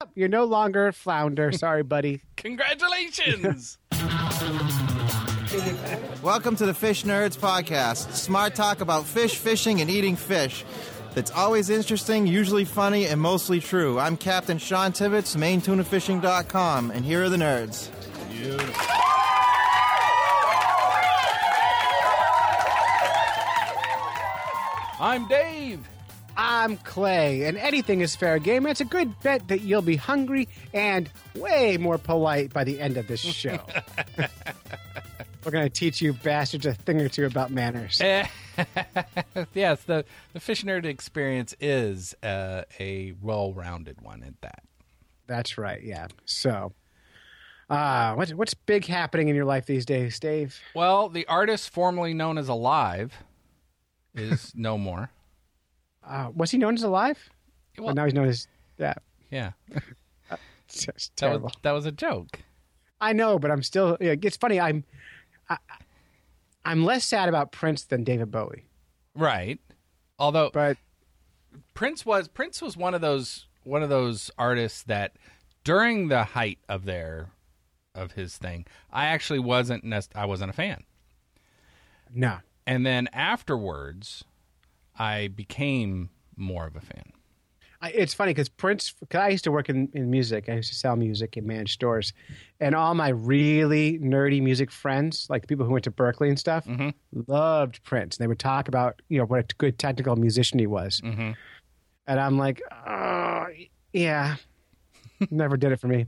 up. You're no longer a flounder. Sorry, buddy. Congratulations! Welcome to the Fish Nerds Podcast. Smart talk about fish, fishing, and eating fish. That's always interesting, usually funny, and mostly true. I'm Captain Sean Tibbetts, MainTunaFishing.com, and here are the nerds. I'm Dave. I'm Clay, and anything is fair game. It's a good bet that you'll be hungry and way more polite by the end of this show. We're going to teach you bastards a thing or two about manners. yes, the the fish nerd experience is uh, a well-rounded one at that. That's right. Yeah. So, uh, what's what's big happening in your life these days, Dave? Well, the artist formerly known as Alive is no more. Uh, was he known as alive? Well, Well- now he's known as that. Yeah, It's just that terrible. was, that was a joke. I know, but I'm still. Yeah, it's funny. I'm. I, I'm less sad about Prince than David Bowie, Right. Although but Prince was Prince was one of those one of those artists that during the height of their of his thing, I actually wasn't nec- I wasn't a fan. no. And then afterwards, I became more of a fan. I, it's funny because Prince. Cause I used to work in, in music. I used to sell music and manage stores, and all my really nerdy music friends, like the people who went to Berkeley and stuff, Mm-hmm. loved Prince. And they would talk about you know what a good technical musician he was, Mm-hmm. and I'm like, oh, yeah, never did it for me.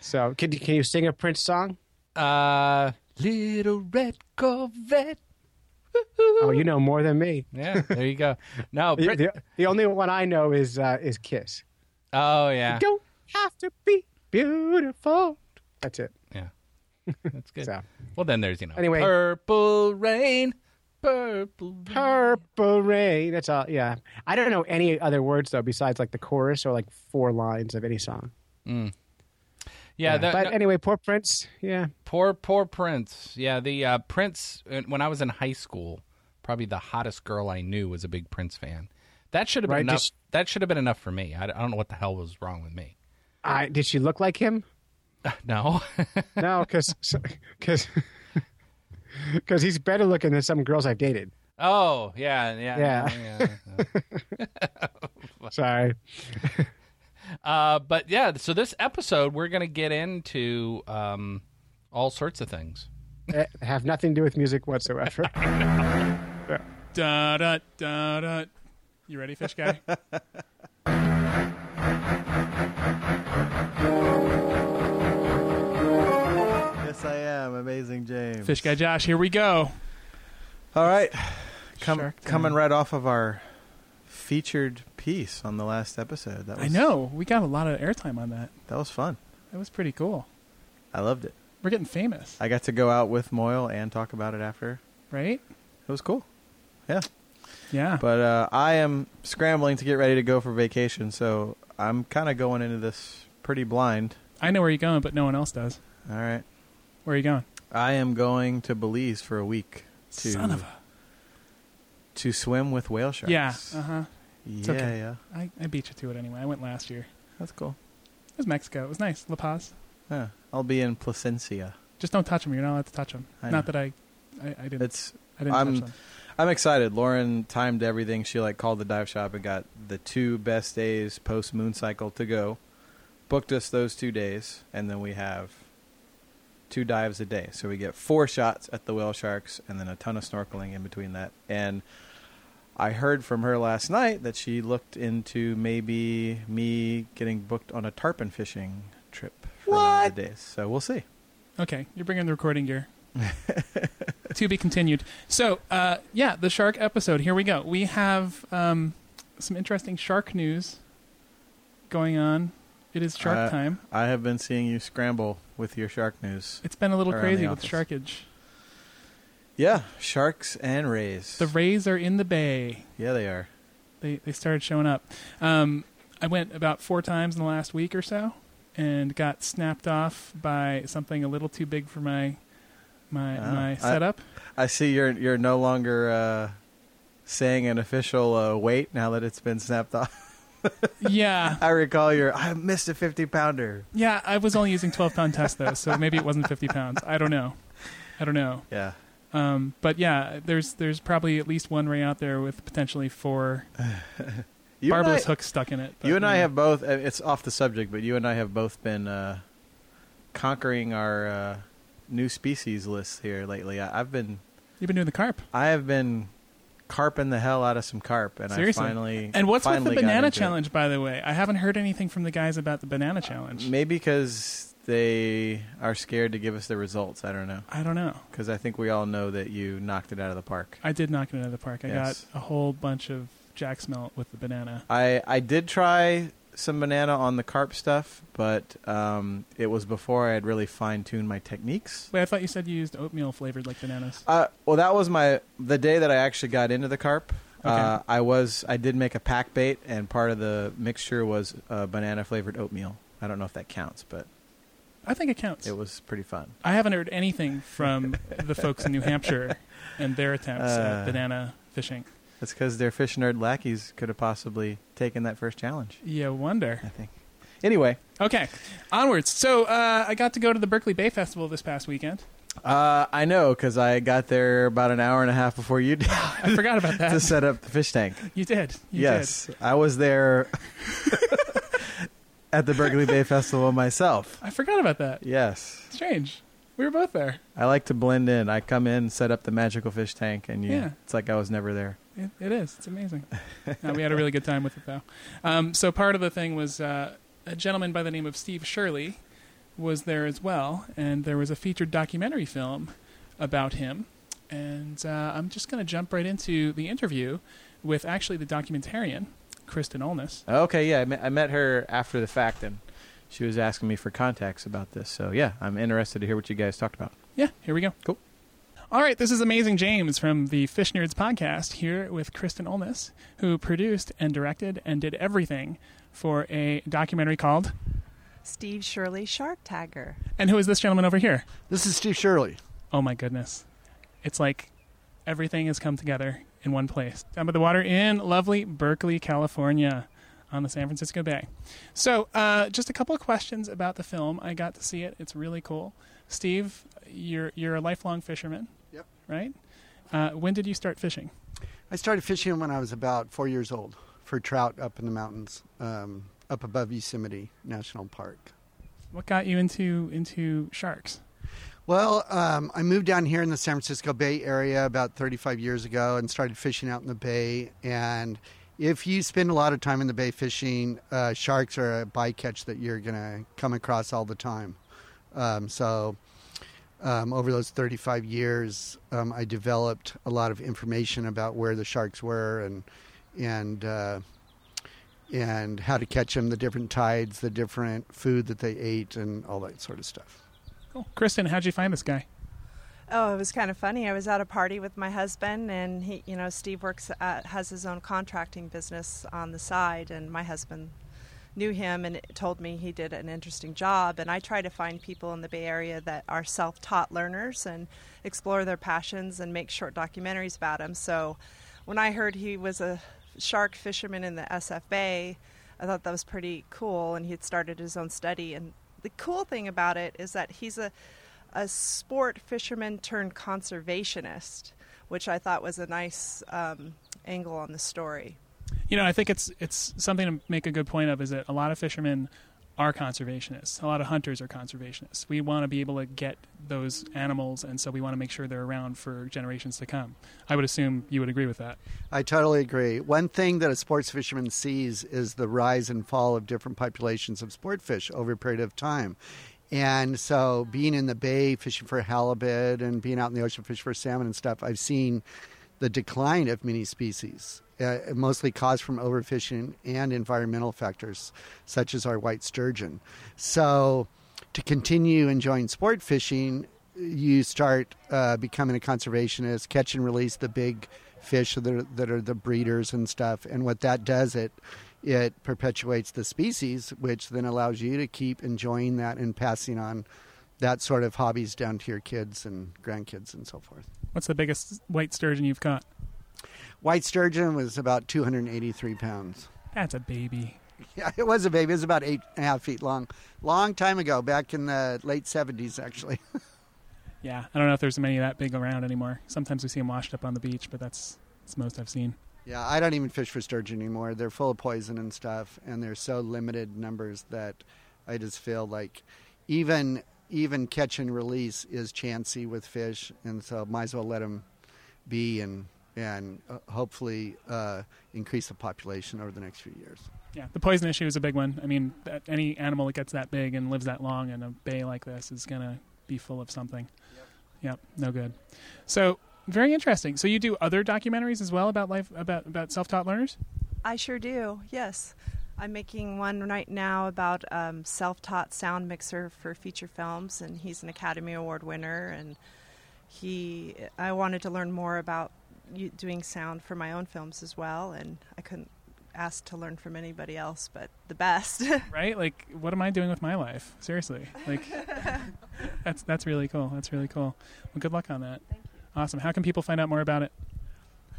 so, can you- can you sing a Prince song? Uh, little red Corvette. Oh, you know more than me. Yeah, there you go. No, The, Brit- the- the only one I know is uh, is Kiss. oh yeah, Don't have to be beautiful. That's it. yeah, that's good. So. Well, then there's you know, Anyway. purple rain, purple. Rain. Purple rain. That's all. Yeah, I don't know any other words though, besides like the chorus or like four lines of any song. Mm. Yeah, that, but no- anyway, poor Prince. Yeah, Poor, poor Prince. Yeah, the uh, Prince. uh, When I was in high school, probably the hottest girl I knew was a big Prince fan. That should have been Right, enough. just- that should have been enough for me. I, I don't know what the hell was wrong with me. I did she look like him? No, No, because because because he's better looking than some girls I've dated. oh yeah, yeah, Yeah. yeah. Sorry. uh, but yeah, so this episode we're gonna get into um, all sorts of things. Eh, have nothing to do with music whatsoever. Da da da da. You ready, fish guy? Yes, I am. Amazing James. fish guy Josh, here we go. All right. Come, Shark Tank. coming right off of our featured piece on the last episode. That was, I know we got a lot of airtime on that. That was fun. That was pretty cool. I loved it. We're getting famous, I got to go out with Moyle and talk about it after. right? It was cool. Yeah. Yeah. But uh, I am scrambling to get ready to go for vacation, so I'm kind of going into this pretty blind. I know where you're going, but no one else does. All right. Where are you going? I am going to Belize for a week to Son of a. to swim with whale sharks. Yeah. Uh huh. yeah, okay. yeah. I, I beat you to it anyway. I went last year. That's cool. It was Mexico. It was nice. La Paz. Yeah. I'll be in Placencia. Just don't touch them. You're not allowed to touch them. I Not know. that I, I, I didn't. It's I didn't I'm- touch them. I'm excited. Lauren timed everything. She like called the dive shop and got the two best days post moon cycle to go. Booked us those two days, and then we have two dives a day. So we get four shots at the whale sharks, and then a ton of snorkeling in between that. And I heard from her last night that she looked into maybe me getting booked on a tarpon fishing trip for one of the days. So we'll see. Okay, you're bringing the recording gear. to be continued. So, uh, yeah, the shark episode. Here we go. We have um, some interesting shark news going on. It is shark Uh, time. I have been seeing you scramble with your shark news. It's been a little around the crazy with office. sharkage. Yeah, sharks and rays. The rays are in the bay. yeah, they are. They they started showing up. Um, I went about four times in the last week or so, and got snapped off by something a little too big for my my Oh, I- my setup. I see you're you're no longer uh, saying an official uh, wait now that it's been snapped off. yeah. I recall your I missed a fifty pounder. Yeah, I was only using 12 pound test though, so maybe it wasn't 50 pounds. I don't know. I don't know. Yeah. Um, but yeah, there's there's probably at least one ray out there with potentially four You and barbless I- hooks stuck in it. but, you and I know. have both. uh, It's off the subject, but you and I have both been uh, conquering our uh, new species lists here lately. I, I've been, You've been doing the carp. I have been carping the hell out of some carp, and Seriously. I finally And what's with finally the got banana into it. challenge, by the way? I haven't heard anything from the guys about the banana challenge. Maybe because they are scared to give us the results. I don't know. I don't know. Because I think we all know that you knocked it out of the park. I did knock it out of the park. I Yes. got a whole bunch of jack smelt with the banana. I I did try some banana on the carp stuff, but um, it was before I had really fine tuned my techniques. Wait, I thought you said you used oatmeal flavored like bananas. Uh, well, that was my the day that I actually got into the carp. Uh, Okay. I was I did make a pack bait, and part of the mixture was uh, banana flavored oatmeal. I don't know if that counts, but I think it counts. it was pretty fun. I haven't heard anything from the folks in New Hampshire and their attempts Uh. at banana fishing. That's because their fish nerd lackeys could have possibly taken that first challenge. Yeah, wonder. I think. Anyway, Okay, onwards. So uh, I got to go to the Berkeley Bay Festival this past weekend. uh, I know because I got there about an hour and a half before you did I forgot about to that. set up the fish tank. You did. You yes, I was there at the Berkeley Bay Festival myself. Did. I forgot about that. Yes. Strange. We were both there. I like to blend in. I come in, set up the magical fish tank, and you, Yeah. it's like I was never there. It, it is. It's amazing. No, we had a really good time with it, though. Um, so part of the thing was uh, a gentleman by the name of Steve Shirley was there as well, and there was a featured documentary film about him. And uh, I'm just going to jump right into the interview with actually the documentarian, Kristen Olness. Okay, yeah, I met, I met her after the fact, and she was asking me for contacts about this. So yeah, I'm interested to hear what you guys talked about. Yeah, here we go. Cool. All right, this is Amazing James from the Fish Nerds podcast here with Kristen Olness, who produced and directed and did everything for a documentary called Steve Shirley Shark Tagger. And who is this gentleman over here? This is Steve Shirley. Oh my goodness. It's like everything has come together in one place. Down by the water in lovely Berkeley, California, on the San Francisco Bay. So, uh, just a couple of questions about the film. I got to see it. It's really cool. Steve, you're you're a lifelong fisherman. Yep. Right? Uh, when did you start fishing? I started fishing when I was about four years old for trout up in the mountains, um, up above Yosemite National Park. What got you into into sharks? Well, um, I moved down here in the San Francisco Bay Area about 35 years ago and started fishing out in the bay. And if you spend a lot of time in the bay fishing, uh, sharks are a bycatch that you're going to come across all the time. Um, so, um, over those 35 years, um, I developed a lot of information about where the sharks were and and uh, and how to catch them, the different tides, the different food that they ate, and all that sort of stuff. Cool. Kristen, how'd you find this guy? Oh, it was kind of funny. I was at a party with my husband, and he, you know, Steve works at, has his own contracting business on the side, and my husband knew him and told me he did an interesting job. And I try to find people in the Bay Area that are self-taught learners and explore their passions and make short documentaries about them. So, when I heard he was a shark fisherman in the SF Bay, I thought that was pretty cool. And he had started his own study. And the cool thing about it is that he's a a sport fisherman turned conservationist, which I thought was a nice um, angle on the story. You know, I think it's it's something to make a good point of is that a lot of fishermen are conservationists. A lot of hunters are conservationists. We want to be able to get those animals, and so we want to make sure they're around for generations to come. I would assume you would agree with that. I totally agree. One thing that a sports fisherman sees is the rise and fall of different populations of sport fish over a period of time. And so, being in the bay fishing for halibut and being out in the ocean fishing for salmon and stuff, I've seen the decline of many species, uh, mostly caused from overfishing and environmental factors, such as our white sturgeon. So, to continue enjoying sport fishing, you start uh, becoming a conservationist, catch and release the big fish that are, that are the breeders and stuff. And what that does, it it perpetuates the species, which then allows you to keep enjoying that and passing on that sort of hobbies down to your kids and grandkids and so forth. What's the biggest white sturgeon you've caught? White sturgeon was about 283 pounds. That's a baby. Yeah, it was a baby. It was about eight and a half feet long. Long time ago, back in the late 70s, actually. Yeah, I don't know if there's many that big around anymore. Sometimes we see them washed up on the beach, but that's that's the most I've seen. yeah, I don't even fish for sturgeon anymore. They're full of poison and stuff, and they're so limited numbers that I just feel like even even catch and release is chancy with fish, and so might as well let them be and and uh, hopefully uh, increase the population over the next few years. Yeah, the poison issue is a big one. I mean, that, any animal that gets that big and lives that long in a bay like this is going to be full of something. Yep. no good. So, very interesting. So you do other documentaries as well about life about about self-taught learners? I sure do. Yes, I'm making one right now about um, self-taught sound mixer for feature films, and he's an Academy Award winner. And he, I wanted to learn more about u- doing sound for my own films as well, and I couldn't ask to learn from anybody else but the best. Right? Like what am I doing with my life? Seriously. Like That's that's really cool. That's really cool. Well, good luck on that. Thank you. Awesome. How can people find out more about it?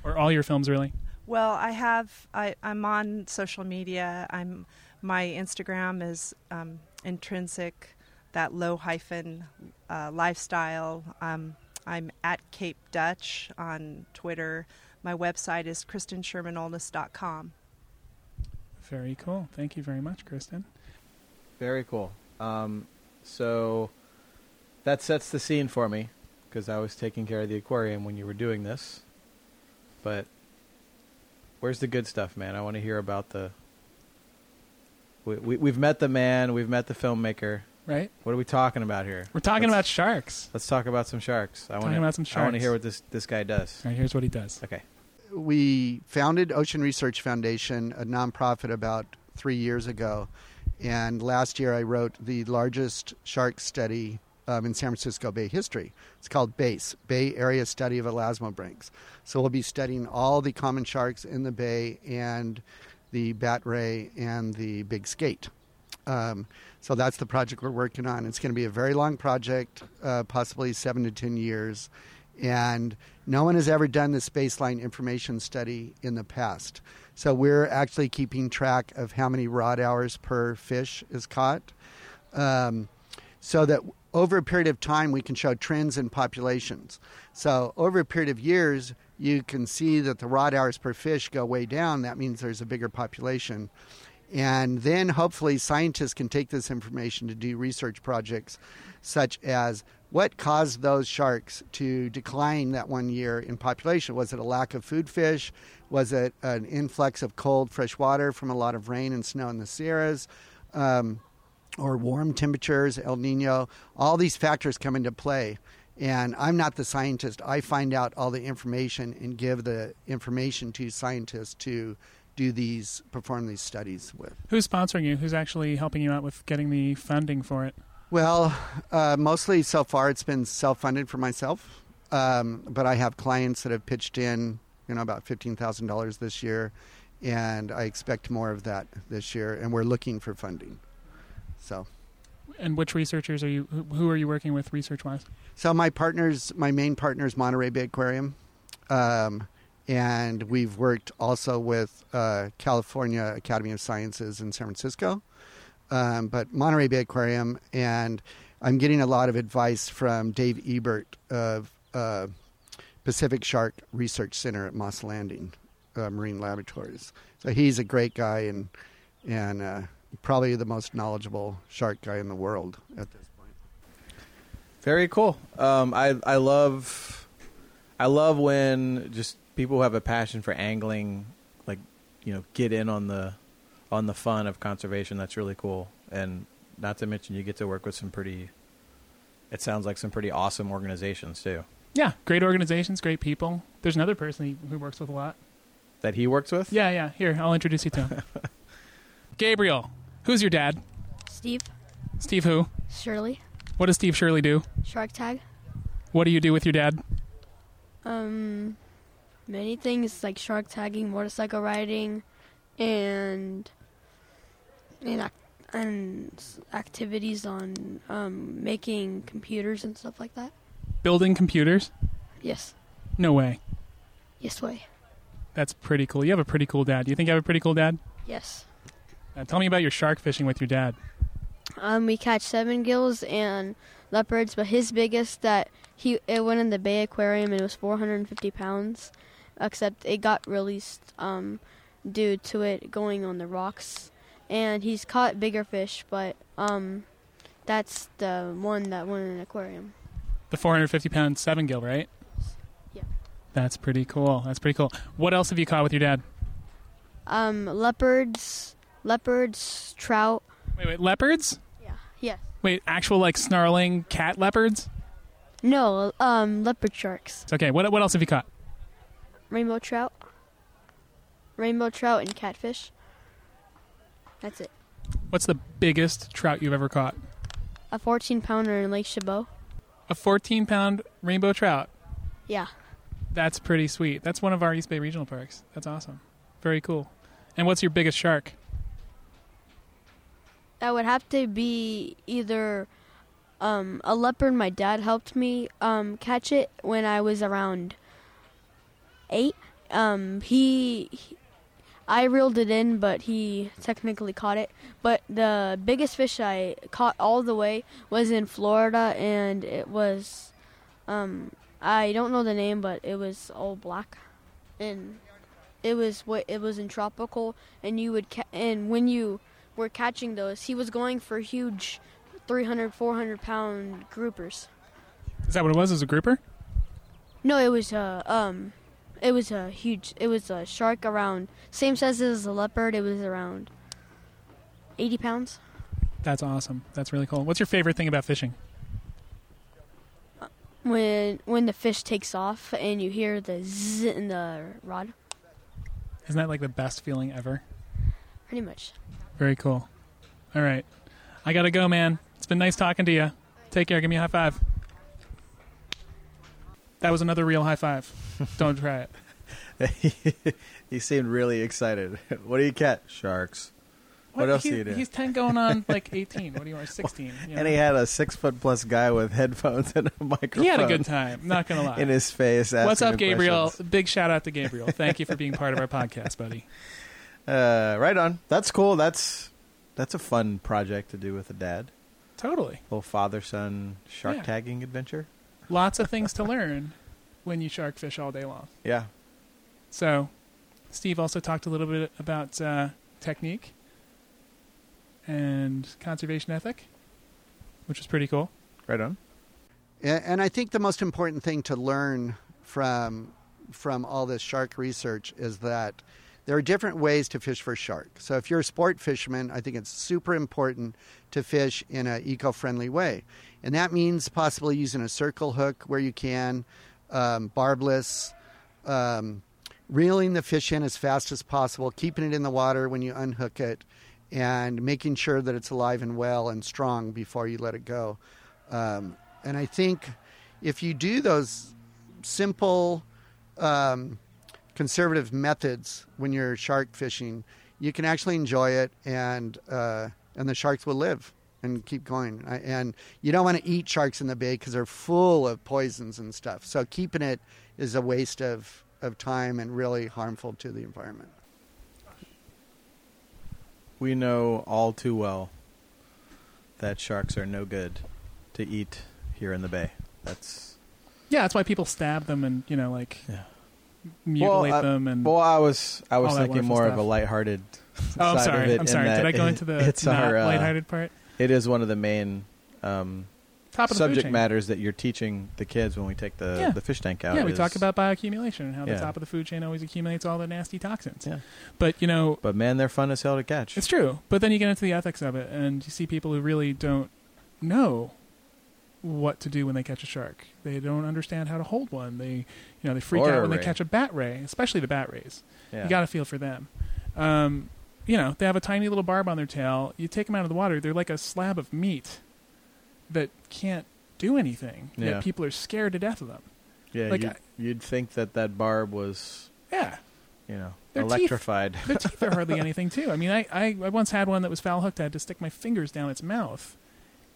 Or all your films really? Well, I have. I, I'm on social media. I'm my Instagram is um, intrinsic that low hyphen uh, lifestyle. Um, I'm at Cape Dutch on Twitter. My website is kristenshermanolness.com. Very cool. Thank you very much, Kristen. Very cool. Um, so that sets the scene for me because I was taking care of the aquarium when you were doing this. But where's the good stuff, man? I want to hear about the. We, we, we've met the man. We've met the filmmaker. Right? What are we talking about here? We're talking Let's- about sharks. Let's talk about some sharks. I want Talking about some I want to sharks. hear what this this guy does. All right, here's what he does. Okay. we founded Ocean Research Foundation, a nonprofit, about three years ago. And last year, I wrote the largest shark study um, in San Francisco Bay history. It's called BASE, Bay Area Study of Elasmobranchs. So we'll be studying all the common sharks in the bay and the bat ray and the big skate. Um, so that's the project we're working on. It's going to be a very long project, uh, possibly seven to 10 years. And no one has ever done this baseline information study in the past. So we're actually keeping track of how many rod hours per fish is caught. Um, so that over a period of time we can show trends in populations. So over a period of years, you can see that the rod hours per fish go way down. That means there's a bigger population. And then hopefully scientists can take this information to do research projects such as what caused those sharks to decline that one year in population? Was it a lack of food fish? Was it an influx of cold, fresh water from a lot of rain and snow in the Sierras? Um, or warm temperatures, El Nino, all these factors come into play. And I'm not the scientist. I find out all the information and give the information to scientists to do these, perform these studies with. Who's sponsoring you? Who's actually helping you out with getting the funding for it? Well, uh, mostly so far it's been self funded for myself, um, but I have clients that have pitched in, you know, about fifteen thousand dollars this year, and I expect more of that this year. And we're looking for funding. So. And which researchers are you? who- Who are you working with research wise? So my partners, my main partner is Monterey Bay Aquarium, um, and we've worked also with uh, California Academy of Sciences in San Francisco, um, but Monterey Bay Aquarium, and I'm getting a lot of advice from Dave Ebert of uh, Pacific Shark Research Center at Moss Landing uh, Marine Laboratories. So he's a great guy and and uh, probably the most knowledgeable shark guy in the world at this point. Very cool. Um, I I love, I love when just people who have a passion for angling, like you know, get in on the, on the fun of conservation. That's really cool. And not to mention, you get to work with some pretty. It sounds like some pretty awesome organizations too. Yeah, great organizations, great people. There's another person he, who works with a lot. That he works with. Yeah, yeah. Here, I'll introduce you to him. Gabriel, who's your dad? Steve, Steve, who? Shirley, What does Steve Shirley do? Shark Tag. What do you do with your dad? Um, many things like shark tagging, motorcycle riding, and and, ac- and s- activities on um, making computers and stuff like that. Building computers? Yes, No way. yes way. That's pretty cool. You have a pretty cool dad. You think you have a pretty cool dad? Yes. Uh, tell me about your shark fishing with your dad. Um, we catch seven gills and leopards, but his biggest that he it went in the Bay Aquarium and it was 450 pounds, except it got released um, due to it going on the rocks, and he's caught bigger fish, but um, that's the one that went in an aquarium. The 450 pound seven gill, right? Yeah. That's pretty cool. That's pretty cool. What else have you caught with your dad? Um, leopards, leopards, trout. Wait, wait, leopards? Yeah. Yes. Wait, actual like snarling cat leopards? No, um, leopard sharks, It's okay. What what else have you caught? rainbow trout, rainbow trout and catfish. That's it. What's the biggest trout you've ever caught? A 14 pounder in Lake Chabot. A 14 pound rainbow trout. Yeah. That's pretty sweet. That's one of our East Bay regional parks. That's awesome. Very cool. And what's your biggest shark? That would have to be either um, a leopard. My dad helped me um, catch it when I was around eight. Um, he, he- I reeled it in, but he technically caught it. But the biggest fish I caught all the way was in Florida, and it was, um, I don't know the name, but it was all black, and it was what it was in tropical, and you would ca- and when you were catching those, he was going for huge 300, 400 pound groupers. Is that what it was? Is a grouper? No, it was a um, it was a huge. It was a shark around same size as a leopard. It was around eighty pounds. That's awesome. That's really cool. What's your favorite thing about fishing? When when the fish takes off and you hear the zzz in the rod, Isn't that like the best feeling ever? pretty much. Very cool. All right. I got to go, man. It's been nice talking to you. Take care. Give me a high five. That was another real high five. Don't try it. he seemed really excited. what do you catch? Sharks. What else he, do you do? He's 10 going on like 18. What do you want? 16. you And know? he had a six foot plus guy with headphones and a microphone. He had a good time. Not going to lie. in his face. Asking What's up, him Gabriel? questions. Big shout out to Gabriel. Thank you for being part of our podcast, buddy. Uh, right on. That's cool. That's that's a fun project to do with a dad. Totally. Little father son shark Yeah. tagging adventure. Lots of things to learn when you shark fish all day long. Yeah. So, Steve also talked a little bit about uh, technique and conservation ethic, which was pretty cool. Right on. A- And I think the most important thing to learn from from all this shark research is that there are different ways to fish for shark. So if you're a sport fisherman, I think it's super important to fish in an eco-friendly way, and that means possibly using a circle hook where you can, um, barbless, um, reeling the fish in as fast as possible, keeping it in the water when you unhook it, and making sure that it's alive and well and strong before you let it go. Um, and I think if you do those simple um, conservative methods when you're shark fishing, you can actually enjoy it, and uh, and the sharks will live and keep going. I, and you don't want to eat sharks in the bay because they're full of poisons and stuff. So keeping it is a waste of of time and really harmful to the environment. We know all too well that sharks are no good to eat here in the bay. That's Yeah, that's why people stab them and you know like Yeah. mutilate Well, uh, them and Well, I was I was All that thinking wonderful more of stuff. a lighthearted. oh, I'm side Of sorry, it I'm in sorry. that Did I go it- into the it's not our, uh, lighthearted part? It is one of the main um, Top of the food subject chain. matters that you're teaching the kids when we take the, Yeah. the fish tank out. Yeah, we is- talk about bioaccumulation and how Yeah. the top of the food chain always accumulates all the nasty toxins. Yeah. But you know, But man, they're fun as hell to catch. It's true, but then you get into the ethics of it, and you see people who really don't know what to do when they catch a shark. They don't understand how to hold one. They, you know, they freak Or a out when ray. they catch a bat ray, especially the bat rays. yeah. You got to feel for them. Um, you know, they have a tiny little barb on their tail. You take them out of the water, they're like a slab of meat that can't do anything. Yeah. Yet people are scared to death of them. yeah like you'd, I- you'd think that that barb was Yeah. you know Their teeth. electrified. their teeth are hardly anything too. I mean, I, I, I once had one that was foul hooked. I had to stick my fingers down its mouth,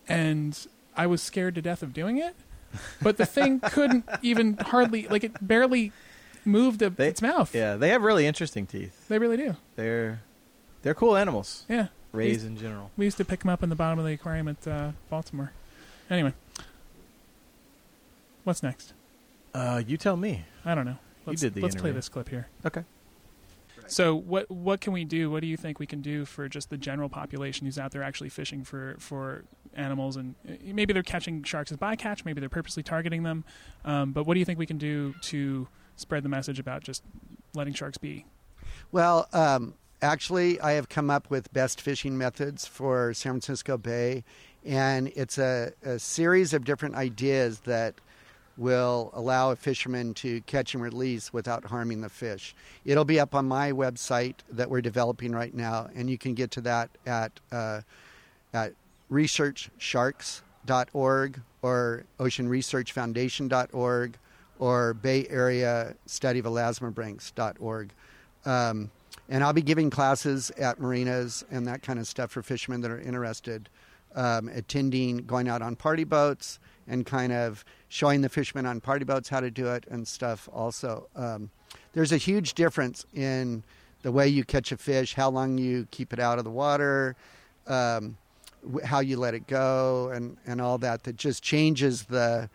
and I was scared to death of doing it. But the thing couldn't even hardly like it barely moved a, They- its mouth. Yeah, they have really interesting teeth. they really do. They're They're cool animals. Yeah. Rays in general. We used to pick them up in the bottom of the aquarium at uh, Baltimore. Anyway, what's next? Uh, you tell me. I don't know. Let's, did the let's play interview. this clip here. Okay. So what what can we do? What do you think we can do for just the general population who's out there actually fishing for for animals and uh, maybe they're catching sharks as bycatch, maybe they're purposely targeting them. Um, but what do you think we can do to spread the message about just letting sharks be? Well, um, actually, I have come up with best fishing methods for San Francisco Bay, and it's a, a series of different ideas that will allow a fisherman to catch and release without harming the fish. It'll be up on my website that we're developing right now, and you can get to that at uh, at researchsharks.org or oceanresearchfoundation.org or Bay Area Study of Elasmobranchs.org. Um, and I'll be giving classes at marinas and that kind of stuff for fishermen that are interested, um, attending, going out on party boats, and kind of showing the fishermen on party boats how to do it and stuff also. Um, there's a huge difference in the way you catch a fish, how long you keep it out of the water, um, wh- how you let it go, and, and all that that just changes the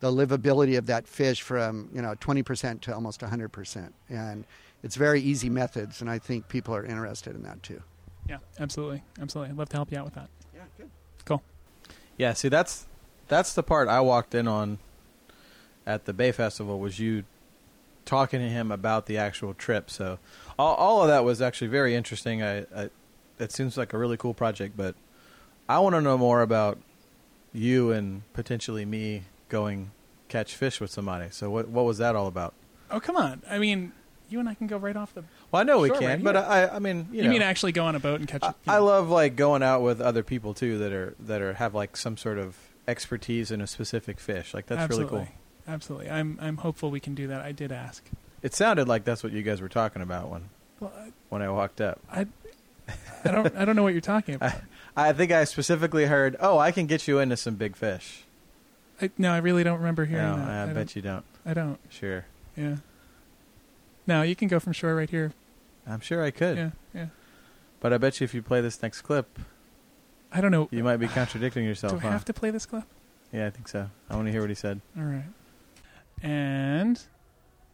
the livability of that fish from you know 20% to almost 100%. And it's very easy methods, and I think people are interested in that too. Yeah, absolutely, absolutely. I'd love to help you out with that. Yeah, good. Cool. Yeah, see that's that's the part I walked in on at the Bay Festival was you talking to him about the actual trip. So all, all of that was actually very interesting. I, I it seems like a really cool project, but I want to know more about you and potentially me going catch fish with somebody. So what what was that all about? Oh come on! I mean, you and I can go right off the. Well, I know we Sure, can, right but here. I I mean you, You, know, mean actually go on a boat and catch? I, it? I love like going out with other people too that are that are have like some sort of expertise in a specific fish. Like that's absolutely. really cool. Absolutely, I'm I'm hopeful we can do that. I did ask. It sounded like that's what you guys were talking about when Well, when I walked up. I, I, I don't I don't know what you're talking about. I think I specifically heard, "Oh, I can get you into some big fish." I, no, I really don't remember hearing no, that. I, don't- bet you don't. I don't. Sure, Yeah. No, you can go from shore right here. I'm sure I could. Yeah, yeah. But I bet you if you play this next clip, I don't know. you might be contradicting yourself. Do I huh? have to play this clip? Yeah, I think so. I want to hear what he said. All right. And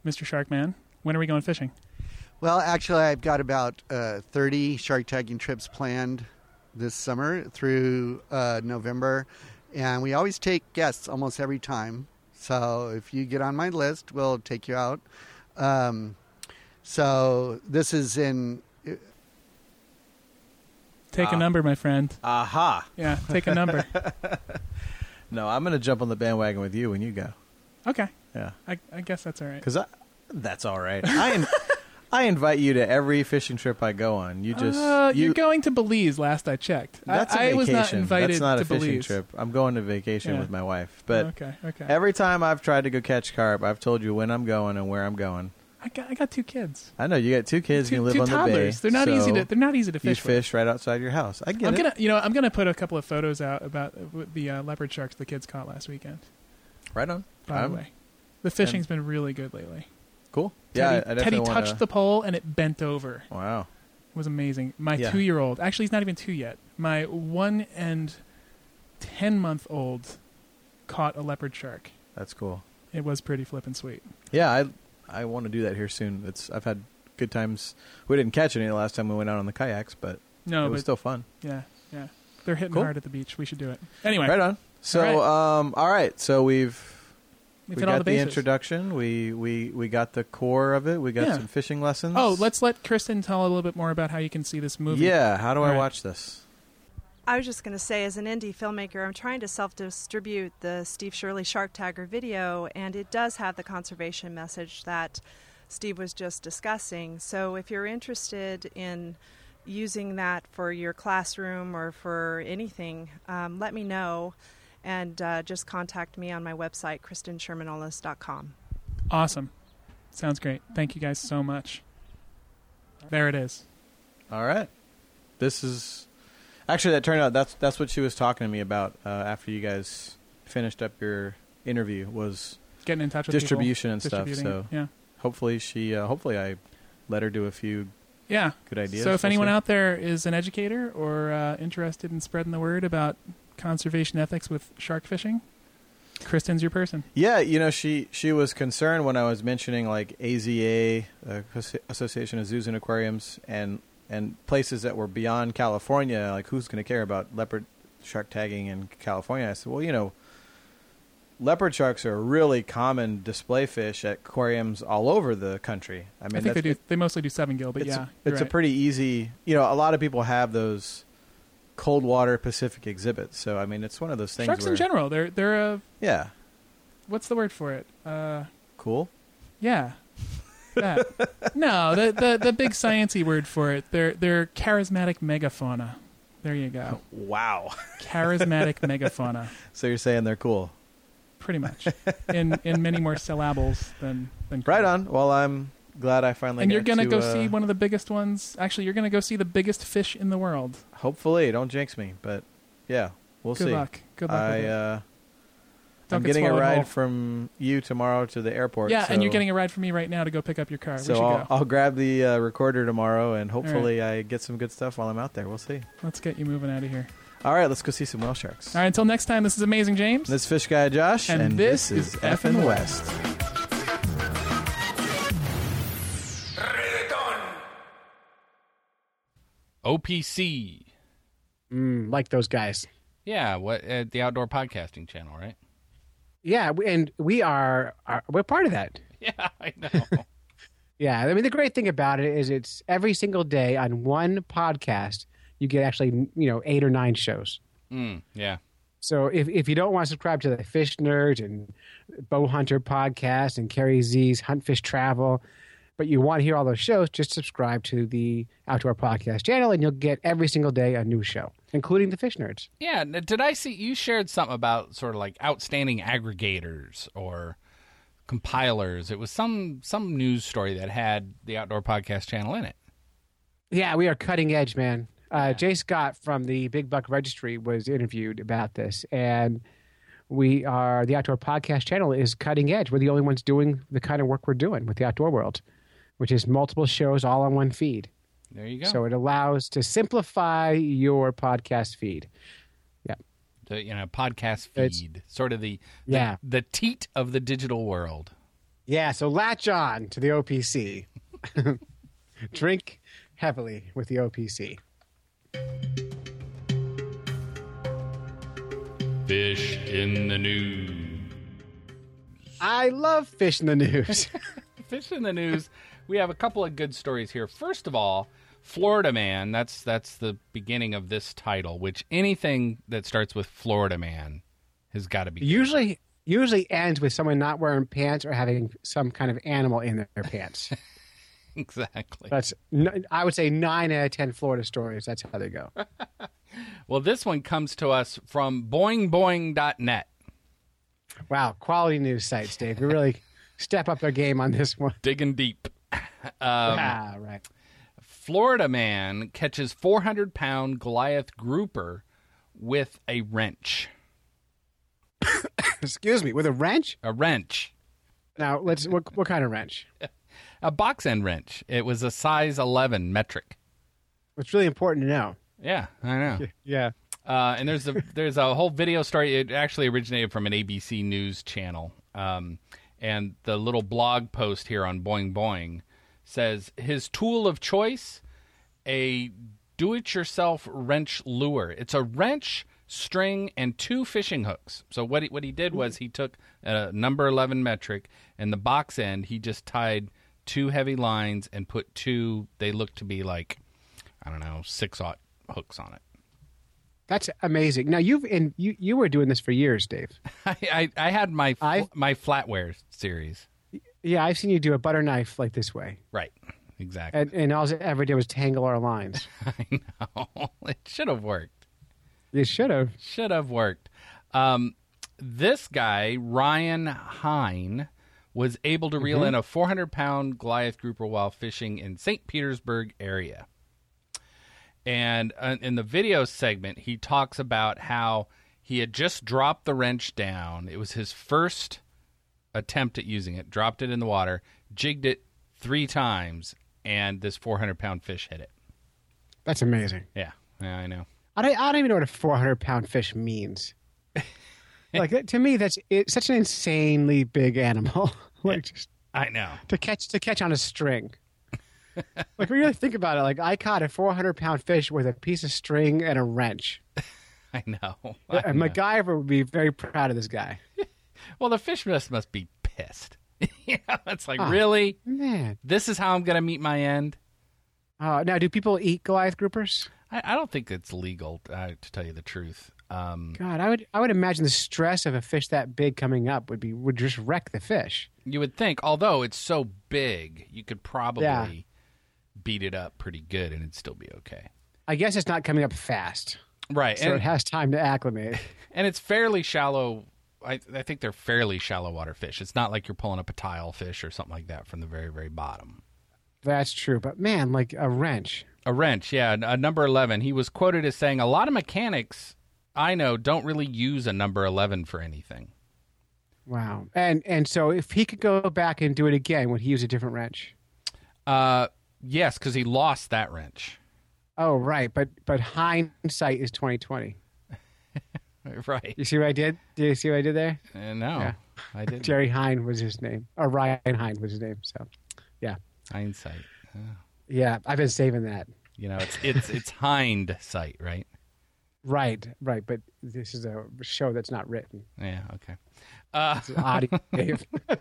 Mr. Sharkman, when are we going fishing? Well, actually, I've got about uh, 30 shark tagging trips planned this summer through uh, November. And we always take guests almost every time. So if you get on my list, we'll take you out. Um, so this is in. uh, Take a Ah. number, my friend. Aha! Yeah, take a number. No, I'm going to jump on the bandwagon with you when you go. okay. Yeah, I, I guess that's all right. because that's all right. I in, I invite you to every fishing trip I go on. You just uh, you are going to Belize. Last I checked, I- That's a I vacation. was not invited That's not to a fishing Belize. trip. I'm going to vacation Yeah. with my wife. But okay, okay. every time I've tried to go catch carp, I've told you when I'm going and where I'm going. I got I got two kids. I know you got two kids two, and you live two on toddlers. the bay. they're not so easy to they're not easy to you fish. with. fish right outside your house. I get I'm it. gonna you know I'm gonna put a couple of photos out about the uh, leopard sharks the kids caught last weekend. right on. By I'm- the way, the fishing's been really good lately. Cool. Yeah, I- I Teddy, definitely Teddy wanna- touched the pole and it bent over. Wow. It was amazing. My Yeah. two year old, actually, he's not even two yet. My one and ten month old caught a leopard shark. That's cool. It was pretty flippin' sweet. Yeah, I I want to do that here soon. It's I've had good times. We didn't catch any the last time we went out on the kayaks, but No, it was but still fun. yeah, yeah, they're hitting Cool. hard at the beach. We should do it anyway. Right on. So, All um all right. So we've We've we hit got all the bases. introduction. We, we we got the core of it. We got Yeah. some fishing lessons. oh, let's let Kristen tell a little bit more about how you can see this movie. Yeah, how do All I right. watch this? I was just going to say, as an indie filmmaker, I'm trying to self distribute the Steve Shirley Shark Tagger video, and it does have the conservation message that Steve was just discussing. So if you're interested in using that for your classroom or for anything, um, let me know and uh, just contact me on my website, kristenshermanolis.com. Awesome. Sounds great. Thank you guys so much. There it is. All right, this is actually that turned out that's that's what she was talking to me about uh, after you guys finished up your interview was Getting in touch with people. distribution and stuff. Distributing. So yeah, hopefully she uh, hopefully I let her do a few Yeah. Good idea. So if We'll anyone see. out there is an educator or uh, interested in spreading the word about conservation ethics with shark fishing, Kristen's your person. Yeah, you know, she she was concerned when I was mentioning like AZA, uh, Asso- Association of Zoos and Aquariums, and and places that were beyond California. Like, who's going to care about leopard shark tagging in California? I said, well, you know, leopard sharks are a really common display fish at aquariums all over the country. I mean, I think they that's- do. They mostly do seven gill, but it's, yeah, it's you're a right. pretty easy. You know, a lot of people have those cold water Pacific exhibits. So I mean, it's one of those things. sharks where, in general. They're they're a Yeah, what's the word for it? Uh, cool. yeah. That. no, the, the the big sciency word for it. They're they're charismatic megafauna. There you go. Wow. Charismatic megafauna. So you're saying they're cool. Pretty much. In in many more syllables than than Right on. Well, I'm glad I finally. and you're got gonna to, go uh, see one of the biggest ones. Actually, you're gonna go see the biggest fish in the world. Hopefully, don't jinx me, but yeah, we'll Good see. luck. Good luck. I with it. uh, Don't I'm get getting a swallowed ride whole. from you tomorrow to the airport. yeah, and you're so- getting a ride from me right now to go pick up your car. we should So I'll, go. I'll grab the uh, recorder tomorrow, and hopefully I get some good stuff while I'm out there. We'll see. Let's get you moving out of here. All right, let's go see some whale sharks. All right. Until next time. This is amazing, James. This is fish guy Josh, And this is Effin' Effin' West. OPC. Mm, like those guys. Yeah, what uh, the outdoor podcasting channel, right? Yeah, we- and we are, are we're part of that. Yeah, I know. Yeah, I mean the great thing about it is it's every single day on one podcast you get actually you know eight or nine shows. mm, yeah. So if if you don't want to subscribe to the Fish Nerd and Bow Hunter podcast and Carrie Z's Hunt Fish Travel, but you want to hear all those shows, just subscribe to the Outdoor Podcast channel and you'll get every single day a new show, including the Fish Nerds. Yeah, n- did I see you shared something about sort of like outstanding aggregators or compilers? It was some some news story that had the outdoor podcast channel in it. Yeah, we are cutting edge, man. Uh, Jay Scott from the Big Buck Registry was interviewed about this, and we are the Outdoor Podcast channel is cutting edge. We're the only ones doing the kind of work we're doing with the outdoor world, which is multiple shows all on one feed. There you go. So it allows to simplify your podcast feed. the, you know, podcast It's- feed, sort of the, the Yeah. the teat of the digital world. Yeah, so latch on to the OPC. Drink heavily with the OPC. Fish in the news. I love fish in the news. Fish in the news. we have a couple of good stories here. First of all, Florida man. That's that's the beginning of this title. Which anything that starts with Florida man has got to be usually usually ends with someone not wearing pants or having some kind of animal in their pants. exactly. That's n- I would say nine out of ten Florida stories. That's how they go. Well, this one comes to us from boingboing.net. Wow, quality news sites, Dave. We really step up their game on this one. Digging deep. ah, Um, right. Florida man catches 400 pound Goliath grouper with a wrench. Excuse me. With a wrench? A wrench. Now let's. What, what kind of wrench? A box end wrench. It was a size 11 metric. It's really important to know. Yeah, I know. Yeah. Uh, and there's a there's a whole video story. It actually originated from an ABC News channel. Um, and the little blog post here on Boing Boing says his tool of choice, a do-it-yourself wrench lure. It's a wrench, string, and two fishing hooks. So what he, what he did was he took a number eleven metric and the box end. He just tied two heavy lines and put two. They looked to be like, I don't know, six aught hooks on it. That's amazing. Now you've and you you were doing this for years, Dave. I, I, I had my fl- I've- my flatware series. Yeah, I've seen you do a butter knife like this way, Right. Exactly. and and all it ever did was tangle our lines. I know. It should have worked. you should have. Should have worked. Um, this guy, Ryan Hine, was able to Mm-hmm. reel in a 400 pound Goliath grouper while fishing in St. Petersburg area. And uh, in the video segment, he talks about how he had just dropped the wrench down. It was his first attempt at using it, dropped it in the water, jigged it three times, and this 400 pound fish hit it. That's amazing. Yeah, yeah, I know. I don't, I don't even know what a 400 pound fish means. like that, to me, that's it's such an insanely big animal. like just I know. to catch to catch on a string. like when you really think about it, like I caught a 400 pound fish with a piece of string and a wrench. I know. I And know. MacGyver would be very proud of this guy. Well, the fish must must be pissed. you know, it's Ah. like really. Oh, Man, This is how I'm gonna meet my end. uh, now do people eat Goliath groupers? I, I don't think it's legal uh, to tell you the truth. Um, God, I would I would imagine the stress of a fish that big coming up would be would just wreck the fish. you would think, although it's so big, you could probably Yeah. beat it up pretty good, and it'd still be okay. I guess it's not coming up fast, Right, so it and, has time to acclimate. and it's fairly shallow. I, I think they're fairly shallow water fish. It's not like you're pulling up a tile fish or something like that from the very very bottom. That's true, but man, like a wrench. A wrench, yeah, n- a number 11. He was quoted as saying, A lot of mechanics I know don't really use a number 11 for anything. Wow. And and so if he could go back and do it again, would he use a different wrench? Uh, yes, because he lost that wrench. Oh, right. But but hindsight is twenty twenty. Right. You see what I did? Do you see what I did there? Uh, no, Yeah. I didn't. Jerry Hine was his name, or Ryan Hine was his name. So, yeah, Hindsight. Uh, yeah. I've been saving that. You know, it's it's it's hindsight, right? Right, right. But this is a show that's not written. Yeah, okay. Uh, It's an audio. Dave.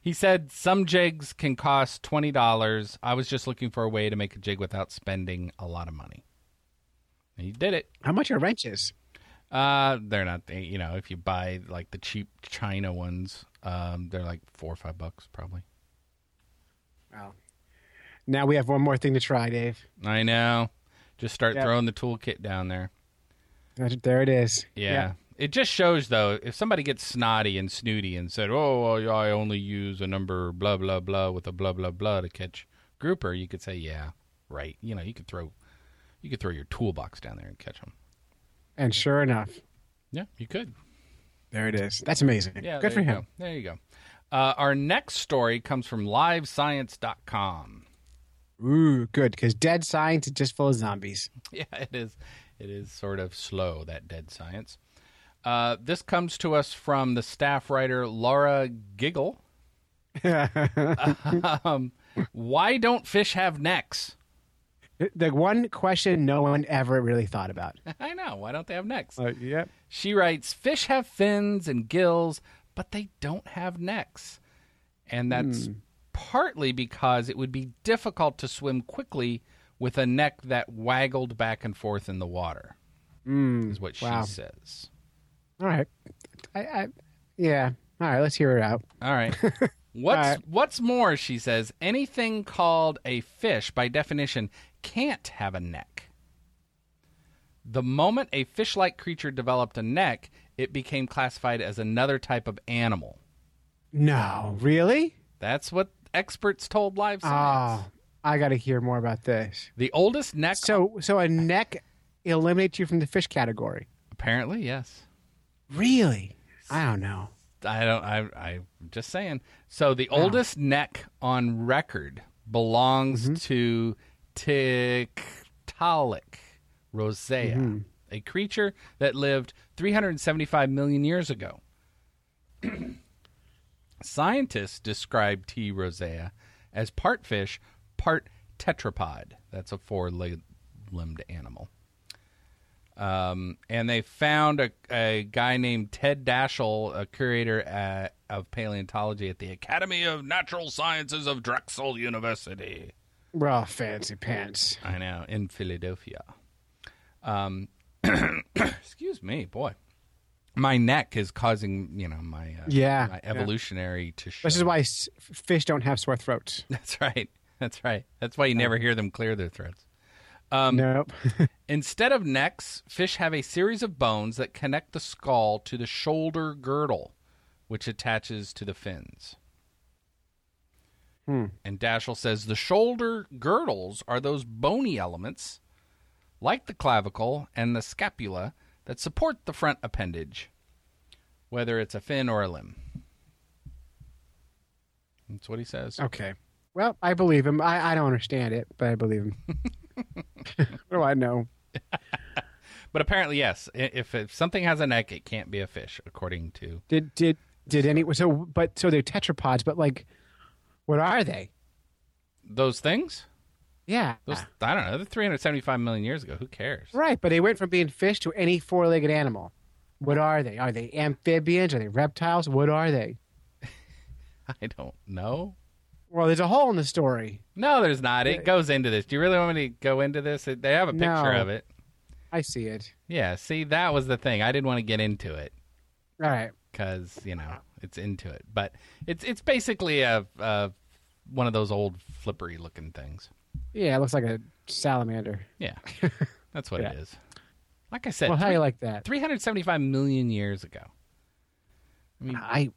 He said some jigs can cost twenty dollars. I was just looking for a way to make a jig without spending a lot of money. And he did it. How much are wrenches? Uh, they're not. They, you know, if you buy like the cheap China ones, um, they're like four or five bucks probably. Wow. Now we have one more thing to try, Dave. I know. Just start Yeah. throwing the toolkit down there. That- There it is. Yeah. It just shows though, if somebody gets snotty and snooty and said, "Oh, well, I only use a number blah blah blah with a blah blah blah to catch grouper," you could say, "Yeah, right." You know, you could throw, you could throw your toolbox down there and catch them. And sure enough, Yeah, you could. there it is. That's amazing. Yeah, there Good for you him. Go. There you go. Uh, our next story comes from LiveScience.com. Ooh, good, because dead science is just full of zombies. yeah, it is. It is sort of slow that dead science. Uh, this comes to us from the staff writer Laura Giggle. um, why don't fish have necks? The one question no one ever really thought about. I know. Why don't they have necks? Uh, yep. She writes, "Fish have fins and gills, but they don't have necks." And Hmm. that's partly because it would be difficult to swim quickly with a neck that waggled back and forth in the water. is what Hmm. wow. she says. All right. I, I, yeah. All right. Let's hear it out. All right. What's All right. what's more, she says, anything called a fish by definition can't have a neck. The moment a fish-like creature developed a neck, it became classified as another type of animal. No, really? That's what experts told Live Science. Oh, I got to hear more about this. The oldest neck So, so a neck eliminates you from the fish category. apparently, yes. Really? I don't know. I don't I I'm just saying. So the oldest neck on record belongs Mm-hmm. to Tiktaalik rosea, Mm-hmm. a creature that lived 375 million years ago. Scientists describe T. rosea as part fish, part tetrapod. That's a four-limbed animal. Um, and they found a, a guy named Ted Daschle, a curator at, of paleontology at the Academy of Natural Sciences of Drexel University. Well, fancy pants. I know, in Philadelphia. Um, excuse me, boy. My neck is causing, you know, my, uh, Yeah, my yeah. evolutionary to show. This is why s- fish don't have sore throats. That's right. That's right. That's why you never hear them clear their throats. Um, nope. Instead of necks, fish have a series of bones that connect the skull to the shoulder girdle, which attaches to the fins. Hmm. And Dashel says the shoulder girdles are those bony elements, like the clavicle and the scapula, that support the front appendage, whether it's a fin or a limb. That's what he says. okay. Well, I believe him. I, I don't understand it, but I believe him. what do I know? But apparently, yes, i- if, if something has a neck, it can't be a fish, according to. Did did did any so but so they're tetrapods, but like what are they? Those things? Yeah. Those, I don't know. They're 375 million years ago. Who cares? Right, but they went from being fish to any four legged animal. What are they? Are they amphibians? Are they reptiles? What are they? I don't know. Well, there's a hole in the story. No, there's not. It goes into this. Do you really want me to go into this? It- They have a picture No. of it. I see it. Yeah, see, that was the thing. I didn't want to get into it All right. because, you know, it's into it. But it's it's basically a, a one of those old flippery looking things. Yeah, it looks like a salamander. Yeah, that's what it Yeah. is. Like I said, well, how do three- you like that? 375 million years ago. I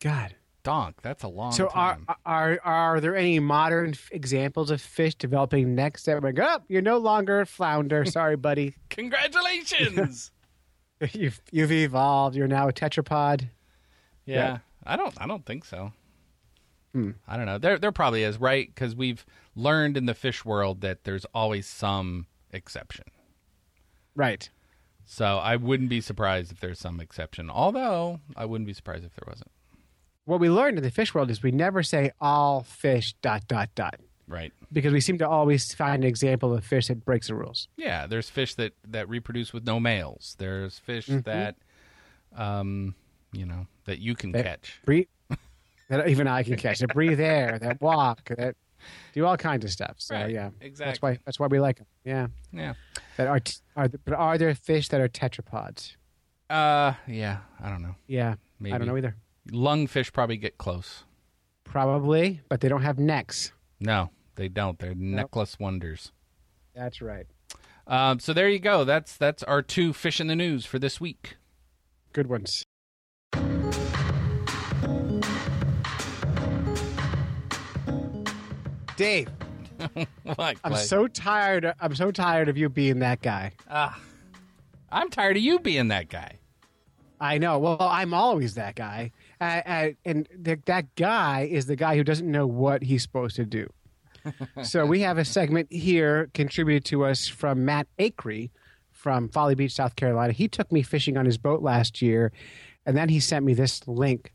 God. Donk, that's a long So are, time. are are there any modern f- examples of fish developing necks that would go up? You're no longer a flounder. Sorry, buddy. Congratulations! You've you've evolved. You're now a tetrapod. Yeah. I don't I don't think so. Hmm. I don't know. There there probably is, right? Cuz we've learned in the fish world that there's always some exception. Right. So I wouldn't be surprised if there's some exception. Although I wouldn't be surprised if there wasn't. What we learned in the fish world is we never say all fish dot dot dot Right. because we seem to always find an example of fish that breaks the rules. Yeah, there's fish that that reproduce with no males. There's fish Mm-hmm. that um, you know, that you can That- catch. Breathe. That even I can catch. That breathe air. That walk. That do all kinds of stuff. So Right, yeah, That's exactly. why that's why we like them. Yeah. Yeah. That are t- are th- but are there fish that are tetrapods? Uh, yeah, I don't know. Yeah, I Maybe. don't know either. Lungfish probably get close. Probably, but they don't have necks. No, they don't. They're necklace wonders. That's right. Um, so there you go. That's that's our two fish in the news for this week. Good ones. Dave, What? I'm so tired. I'm so tired of you being that guy. Ah, I'm tired of you being that guy. I know. Well, I'm always that guy, I, I, and th- that guy is the guy who doesn't know what he's supposed to do. so we have a segment here contributed to us from Matt Akery from Folly Beach, South Carolina. He took me fishing on his boat last year, and then he sent me this link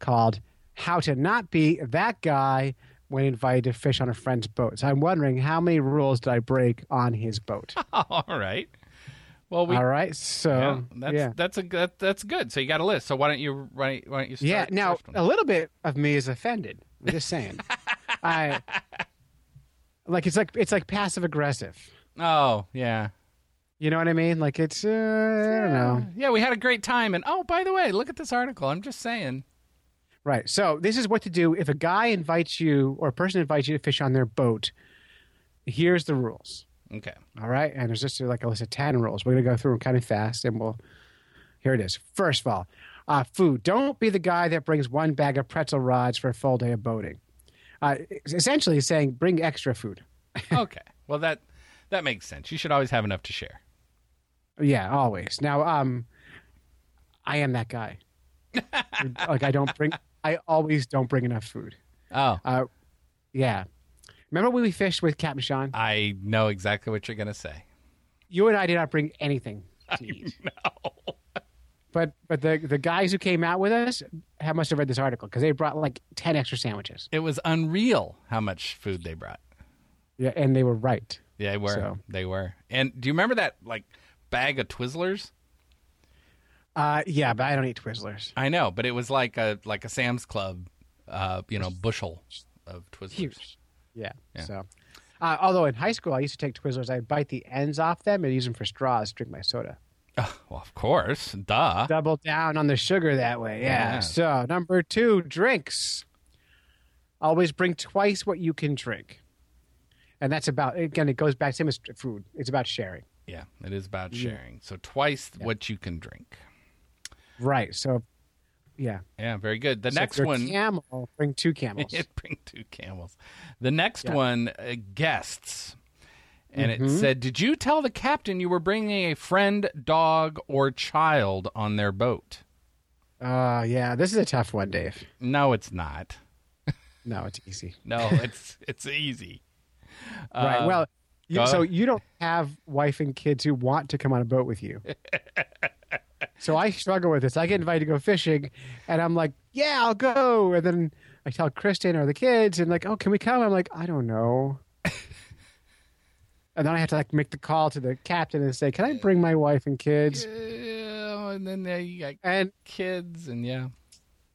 called "How to Not Be That Guy." When invited to fish on a friend's boat, so I'm wondering how many rules did I break on his boat? All right. Well, we. All right, so yeah, that's yeah. that's a that, that's good. So you got a list. So why don't you why, why don't you start Yeah. Now, first one? a little bit of me is offended. I'm just saying. I like it's like it's like passive aggressive. oh yeah You know what I mean? Like it's uh, I don't know. yeah we had a great time and oh by the way look at this article. I'm just saying. Right. So this is what to do if a guy invites you or a person invites you to fish on their boat. Here's the rules. Okay. All right. And there's just uh, like a list of 10 rules. We're going to go through them kind of fast and we'll. Here it is. First of all, uh, food. Don't be the guy that brings one bag of pretzel rods for a full day of boating. Uh, essentially saying bring extra food. Okay. well that that makes sense. You should always have enough to share. Yeah, always. Now, um, I am that guy. like I don't bring. I always don't bring enough food. Oh, Uh, yeah. Remember when we fished with Captain Sean? I know exactly what you're gonna say. You and I did not bring anything to eat. No. But but the the guys who came out with us have must have read this article because they brought like ten extra sandwiches. It was unreal how much food they brought. Yeah, and they were right. Yeah, They were. So- They were. And do you remember that like bag of Twizzlers? Uh, yeah, but I don't eat Twizzlers. I know, but it was like a like a Sam's Club, uh, you know, bushel of Twizzlers. Huge. Yeah. Yeah. So, uh, although in high school I used to take Twizzlers, I'd bite the ends off them and use them for straws to drink my soda. Oh, well, of course, duh. double down on the sugar that way. Yeah. Yeah. So number two, drinks. Always bring twice what you can drink, and that's about again. It goes back same as food. It's about sharing, Yeah, it is about sharing. So twice what you can drink. right? So, yeah. Yeah, very good. The So if next you're a one, camel. Bring two camels. bring two camels. The next Yeah. Mm-hmm. one, uh, guests. And it said, "Did you tell the captain you were bringing a friend, dog, or child on their boat?" uh, yeah. This is a tough one, Dave. No, it's not. No, it's easy. No, it's it's easy. right. Um, Well, you, go so ahead. you don't have wife and kids who want to come on a boat with you. so I struggle with this. I get invited to go fishing, and I'm like, "Yeah, I'll go." And then I tell Kristen or the kids, and like, "Oh, can we come?" I'm like, "I don't know." and then I have to like make the call to the captain and say, "Can I bring my wife and kids?" Yeah, and then they you got And kids, and yeah.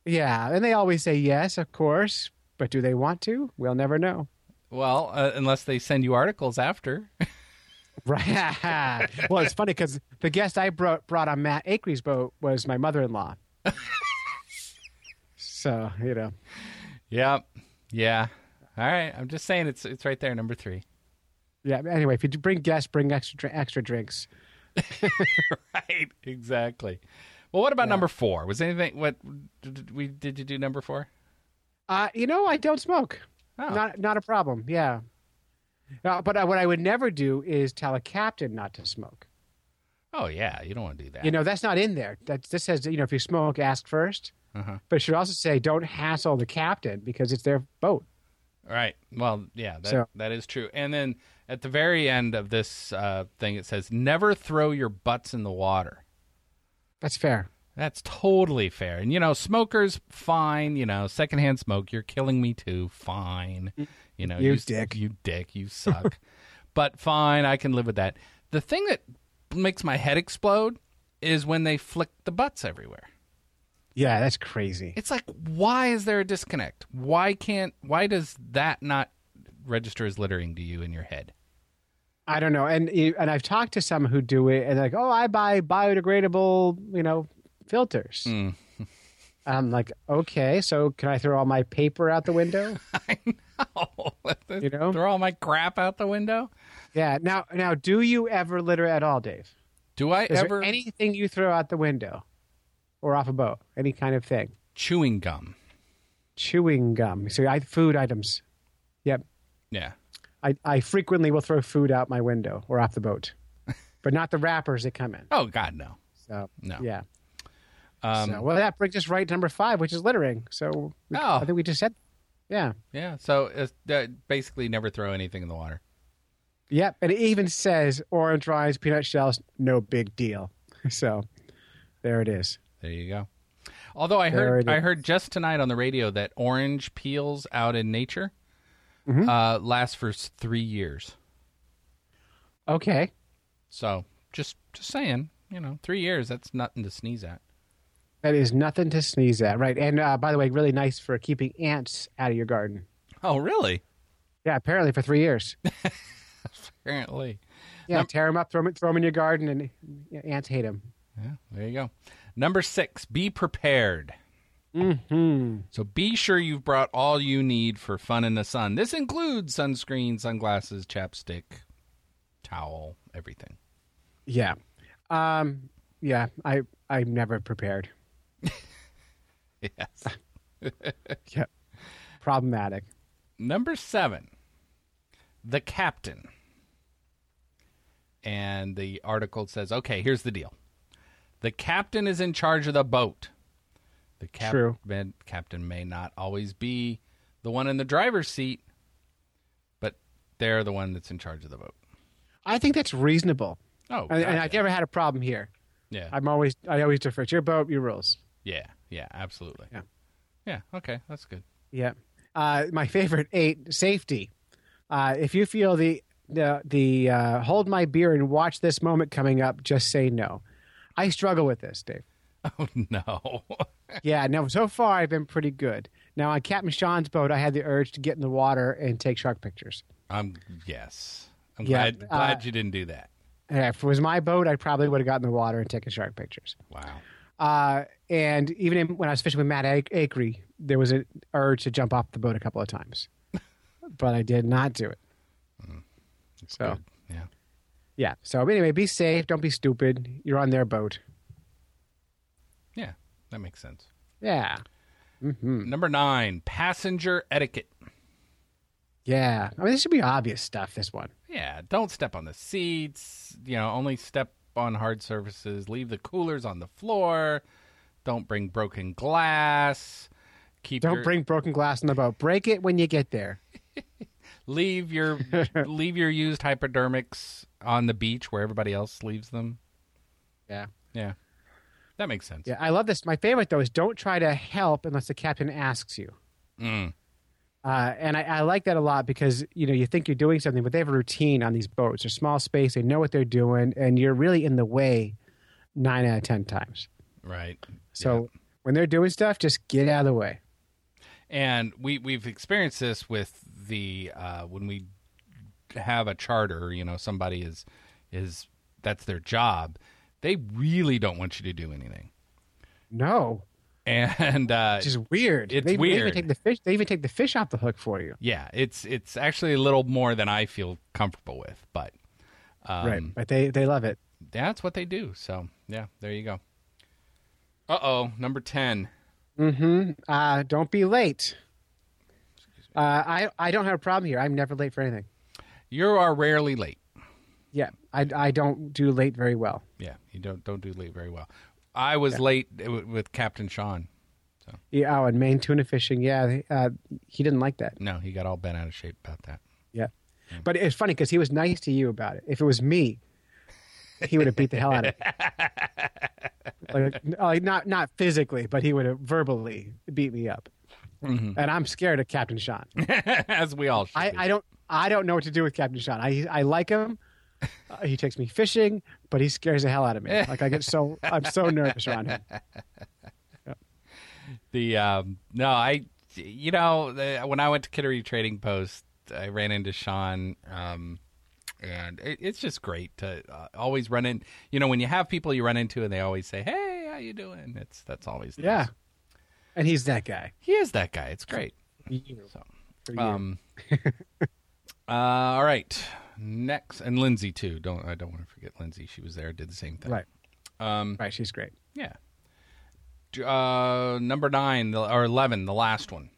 yeah, and they always say yes, of course. But do they want to? We'll never know. Well, uh, unless they send you articles after. Right. well, it's funny because the guest I brought brought on Matt Akery's boat was my mother in law. so you know, yep. Yeah. All right. I'm just saying it's it's right there, number three. yeah. but Anyway, if you do bring guests, bring extra dr- extra drinks. right. Exactly. Well, what about number four? Was anything what did we did you do number four? Uh, you know, I don't smoke. Oh. Not not a problem. Yeah. Uh, but uh, what I would never do is tell a captain not to smoke. Oh yeah, you don't want to do that. You know, that's not in there. That this says you know if you smoke, ask first. Uh-huh. But it should also say don't hassle the captain because it's their boat. Right. Well, yeah, that, So- that is true. And then at the very end of this uh, thing, it says, never throw your butts in the water. That's fair. That's totally fair. And, you know, smokers, fine. You know, secondhand smoke, you're killing me too. Fine. You know, Mm, You s- dick. You dick. You suck. but fine, I can live with that. The thing that makes my head explode is when they flick the butts everywhere. Yeah, that's crazy. It's like, why is there a disconnect? Why can't, why does that not register as littering to you in your head? I don't know, and you- and I've talked to some who do it, and they're like, oh, I buy biodegradable, you know, filters. I'm like, okay, so can I throw all my paper out the window? Oh, You know? throw all my crap out the window. yeah. Now, now, do you ever litter at all, Dave? Do I Is ever there anything you throw out the window, or off a boat, any kind of thing? chewing gum? Chewing gum. So, I food items. Yep. Yeah. I I frequently will throw food out my window or off the boat, but not the wrappers that come in. Oh God, no. So No. yeah. Um, So, well, that brings us right to number five, which is littering. So we, Oh. I think we just said, yeah, Yeah. So it's, uh, basically, never throw anything in the water. yep. And it even says orange rinds, peanut shells, no big deal. So there it is. There you go. Although I There heard, it I is. heard just tonight on the radio that orange peels out in nature Mm-hmm. uh, last for s- three years. Okay, So just, just saying, you know, three years. That's nothing to sneeze at. that is nothing to sneeze at, right? And uh, by the way, really nice for keeping ants out of your garden. Oh, really? Yeah, apparently for three years. Apparently. Yeah, tear them up, throw them, in your garden, and yeah, ants hate them. Yeah, there you go. Number six, be prepared. Mm-hmm. So be sure you've brought all you need for fun in the sun. This includes sunscreen, sunglasses, chapstick, towel, everything. Yeah, um, yeah. I I'm never prepared. Yes. Yeah, problematic. Number seven, the captain. And the article says, okay, here's the deal. The captain is in charge of the boat. The cap- True. man- captain may not always be the one in the driver's seat, but they're the one that's in charge of the boat. I think that's reasonable, Oh, and, and God, I've never had a problem here. yeah. Yeah. I'm always I always defer to your boat, your rules. yeah, yeah, absolutely. Yeah. Yeah, okay, that's good. Yeah. Uh, my favorite eight safety. Uh, if you feel the the the uh, hold my beer and watch this moment coming up, just say no. I struggle with this, Dave. Oh, no. Yeah, no. So far, I've been pretty good. Now on Captain Sean's boat, I had the urge to get in the water and take shark pictures. I'm, yes. I'm Yeah, glad, uh, glad you didn't do that. And if it was my boat, I probably would have gotten in the water and taken shark pictures. Wow. Uh, and even in, when I was fishing with Matt Ak- Akery, there was an urge to jump off the boat a couple of times, but I did not do it. Mm-hmm. So Good. Yeah. yeah. So but anyway, be safe. Don't be stupid. You're on their boat. Yeah, that makes sense. Yeah. Mm-hmm. Hmm. Number nine, passenger etiquette. Yeah. I mean, this should be obvious stuff. This one. Yeah, don't step on the seats. You know, only step on hard surfaces. Leave the coolers on the floor. Don't bring broken glass. keep Don't your, bring broken glass in the boat. Break it when you get there. leave your leave your used hypodermics on the beach where everybody else leaves them. Yeah. Yeah, that makes sense. Yeah, I love this. My favorite though is don't try to help unless the captain asks you. Mm. Uh, and I, I like that a lot because you know you think you're doing something, but they have a routine on these boats. They're small space, they know what they're doing, and you're really in the way nine out of ten times. Right. So when they're doing stuff, just get out of the way. and we we've experienced this with the uh, when we have a charter you know somebody is is that's their job they really don't want you to do anything No, and uh, which is weird. It's they, they even weird. take the fish. They even take the fish off the hook for you. yeah it's it's actually a little more than i feel comfortable with but um, right, but they they love it. that's what they do so yeah there you go uh-oh number 10 Mm-hmm. Uh, don't be late. Uh, I I don't have a problem here. I'm never late for anything. you are rarely late Yeah, I I don't do late very well. yeah you don't don't do late very well i was late w- with captain sean Yeah, oh, and Maine tuna fishing. Yeah, they- uh, he didn't like that. no he got all bent out of shape about that Yeah, but it's funny because he was nice to you about it. If it was me, he would have beat the hell out of me. Like, uh, like not not physically, but he would have verbally beat me up. Mm-hmm. And I'm scared of Captain Sean. as we all should I, be. I don't I don't know what to do with Captain Sean. I I like him. Uh, he takes me fishing, but he scares the hell out of me. Like I get so I'm so nervous around him. the um, no i you know the, when i went to kittery trading post i ran into sean um, and it, it's just great to uh, always run in you know when you have people you run into and they always say hey how you doing it's that's always nice. Yeah, and he's that guy. he is that guy it's great You. so For you. um uh, all right next and lindsay too don't i don't want to forget lindsay she was there did the same thing right, um right. She's great. yeah uh number nine the, or 11 the last one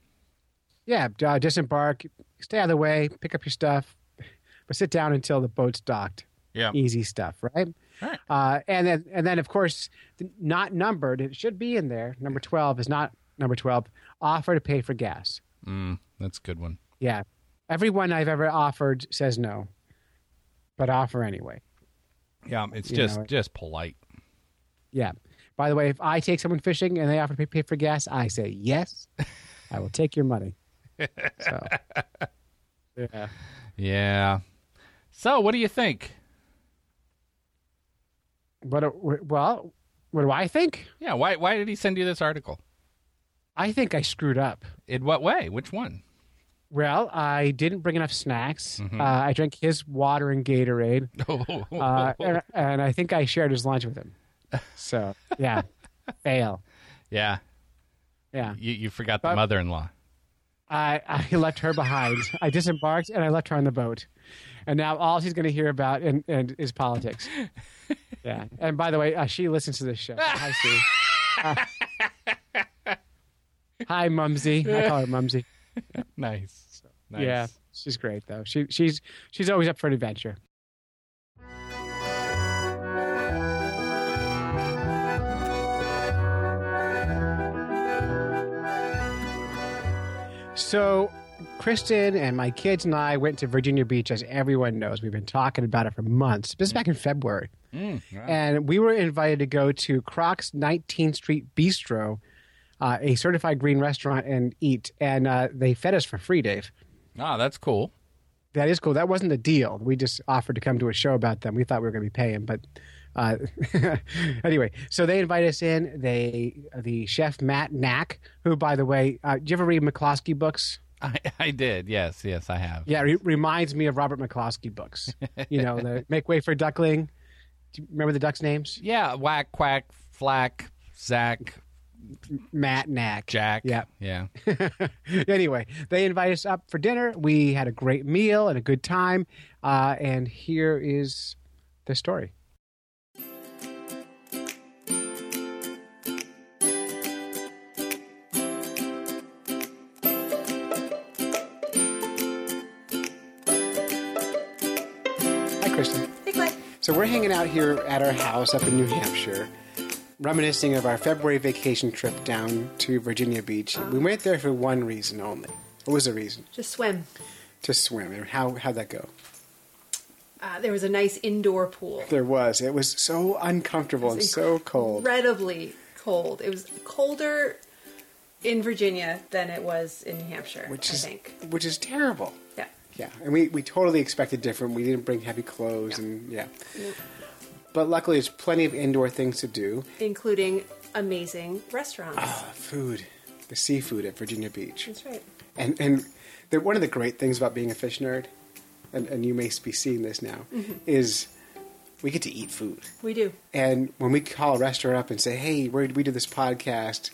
Yeah, uh, disembark, stay out of the way, pick up your stuff, but sit down until the boat's docked. yeah Easy stuff, right? Right. Uh, and then, and then, of course, the not numbered. It should be in there. Number twelve is not number twelve. Offer to pay for gas. Mm, that's a good one. Yeah, everyone I've ever offered says no, but offer anyway. Yeah, it's You just know, it- just polite. Yeah. By the way, if I take someone fishing and they offer to pay for gas, I say yes. I will take your money. So, yeah. Yeah. So, what do you think? What? do- Well, what do I think? Yeah, why why did he send you this article? I think I screwed up. In what way? Which one? Well, uh, I didn't bring enough snacks. Mm-hmm. Uh, I drank his water and Gatorade, Oh, uh, and, and I think I shared his lunch with him. So yeah, fail. yeah. Yeah, You you forgot the But- mother-in-law. I, I left her behind. I disembarked and I left her on the boat, and now all she's going to hear about and, and is politics. Yeah, and by the way, uh, she listens to this show. Hi, Sue. Uh, hi, Mumsy. I call her Mumsy. Nice. nice. Yeah, she's great though. She she's she's always up for an adventure. So, Kristen and my kids and I went to Virginia Beach, as everyone knows. We've been talking about it for months. This is back in February, Mm, wow. and we were invited to go to Croc's 19th Street Bistro, uh, a certified green restaurant, and eat. And uh, they fed us for free, Dave. Ah, that's cool. That is cool. That wasn't the deal. We just offered to come to a show about them. We thought we were going to be paying, but uh, anyway. So they invite us in. They the chef Matt Knack, who by the way, uh, do you ever read McCloskey books? I I did. Yes, yes, I have. Yeah, re- reminds me of Robert McCloskey books. You know, the Make Way for Duckling. Do you remember the ducks' names? Yeah, whack quack flack Zach Matt Knack. Jack. Yeah. Yeah. anyway, they invite us up for dinner. We had a great meal and a good time. Uh, and here is the story. Hi, Kristen. Hey, Glenn. So we're hanging out here at our house up in New Hampshire. reminiscing of our February vacation trip down to Virginia Beach. We went there for one reason only. What was the reason? Just swim. To swim. And how, how'd that go? Uh, there was a nice indoor pool. There was. It was so uncomfortable and so cold. Incredibly cold. It was colder in Virginia than it was in New Hampshire, Which I is, think. which is terrible. Yeah. Yeah, and we, we totally expected different. We didn't bring heavy clothes, Yeah. and yeah. But luckily, there's plenty of indoor things to do. Including amazing restaurants. Uh, food, the seafood at Virginia Beach, That's right. and and the, one of the great things about being a fish nerd, and, and you may be seeing this now, is we get to eat food. Mm-hmm. We do. And when we call a restaurant up and say, "Hey, where we do this podcast,"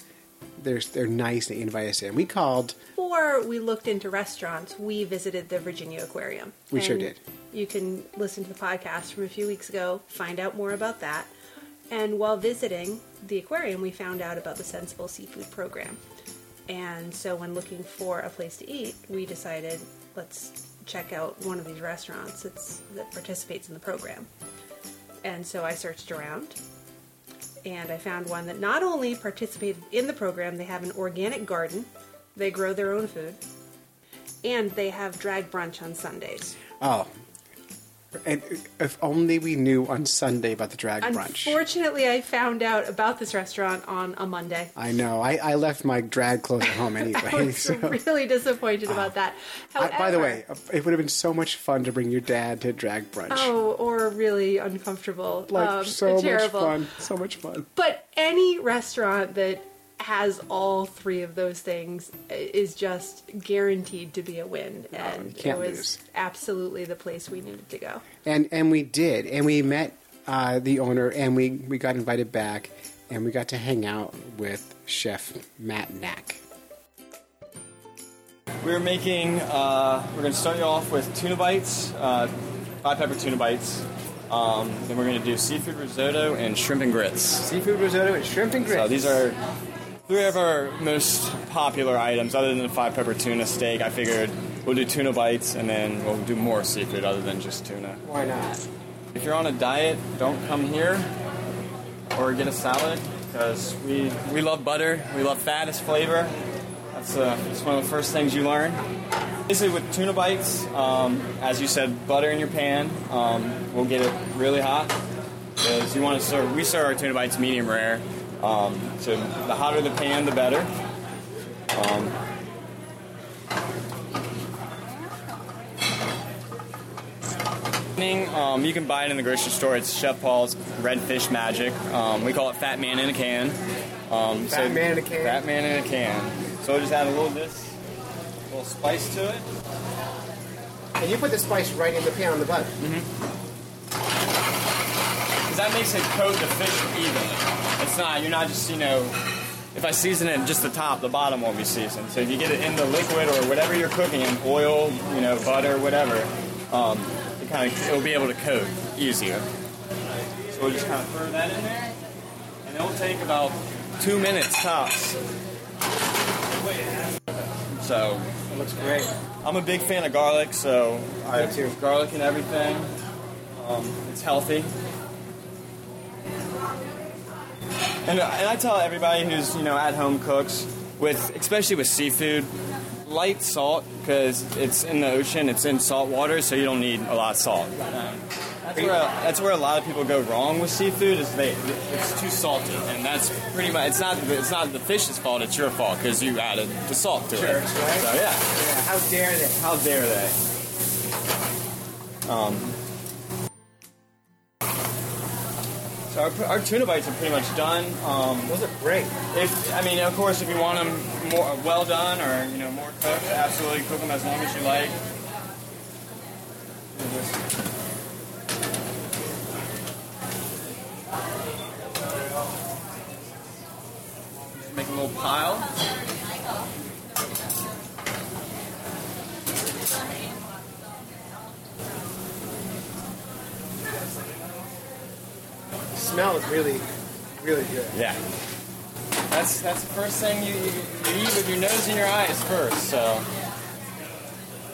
they're they're nice. and They invite us in. We called. Before we looked into restaurants, we visited the Virginia Aquarium. We sure did. You can listen to the podcast from a few weeks ago, find out more about that. And while visiting the aquarium, we found out about the Sensible Seafood Program. And so, when looking for a place to eat, we decided let's check out one of these restaurants that's, that participates in the program. And so, I searched around and I found one that not only participated in the program, they have an organic garden, they grow their own food, and they have drag brunch on Sundays. Oh, and if only we knew on Sunday about the drag brunch. Unfortunately, I found out about this restaurant on a Monday. I know. I, I left my drag clothes at home I anyway. was so. Oh. really disappointed about that. I- However, by the way, it would have been so much fun to bring your dad to drag brunch. oh, or really uncomfortable, like um, so terrible. much fun, so much fun. But any restaurant that has all three of those things i- is just guaranteed to be a win, and Oh, it can't was lose. absolutely the place we needed to go. And and we did, and we met uh, the owner, and we we got invited back, and we got to hang out with Chef Matt Knack. We're making, uh, we're going to start you off with tuna bites, uh, hot pepper tuna bites. Um, then we're going to do seafood risotto and shrimp and grits. Seafood risotto and shrimp and grits. So these are three of our most popular items, other than the five pepper tuna steak. I figured we'll do tuna bites and then we'll do more seafood other than just tuna. why not? If you're on a diet, don't come here or get a salad because we, we love butter. We love fat as flavor. That's, uh, that's one of the first things you learn. Basically, with tuna bites, um, as you said, butter in your pan. Um, we'll get it really hot because you want to serve. We serve our tuna bites medium rare. Um, so the hotter the pan, the better. Um, evening, Um, you can buy it in the grocery store. It's Chef Paul's Redfish Magic. Um, we call it Fat Man in a Can. Um, fat Man in a Can. Fat Man in a Can. So we'll just add a little of this, a little spice to it. And you put the spice right in the pan on the bun. Mm-hmm. Because that makes it coat the fish evenly. It's not, you're not just, you know, if I season it just the top, the bottom won't be seasoned. So if you get it in the liquid or whatever you're cooking in, oil, you know, butter, whatever, um, it kind of, it'll be able to coat easier. So we'll just kind of throw that in there, and it'll take about two minutes tops. So it looks great. I'm a big fan of garlic, so I too. garlic and everything. Um, it's healthy. And, uh, and I tell everybody who's you know at home cooks with especially with seafood, light salt because it's in the ocean, it's in salt water, so you don't need a lot of salt. That's where, that's where a lot of people go wrong with seafood is they it's too salty, and that's pretty much it's not it's not the fish's fault, it's your fault because you added the salt to it. So Oh, yeah. How dare they? How dare they? Um, so our, our tuna bites are pretty much done. Um, Those are great. if I mean, of course, if you want them more uh, well done or you know more cooked, absolutely cook them as long as you like. Just Make a little pile. The smell is really, really good. Yeah. That's that's the first thing you, you, you eat with your nose and your eyes first. So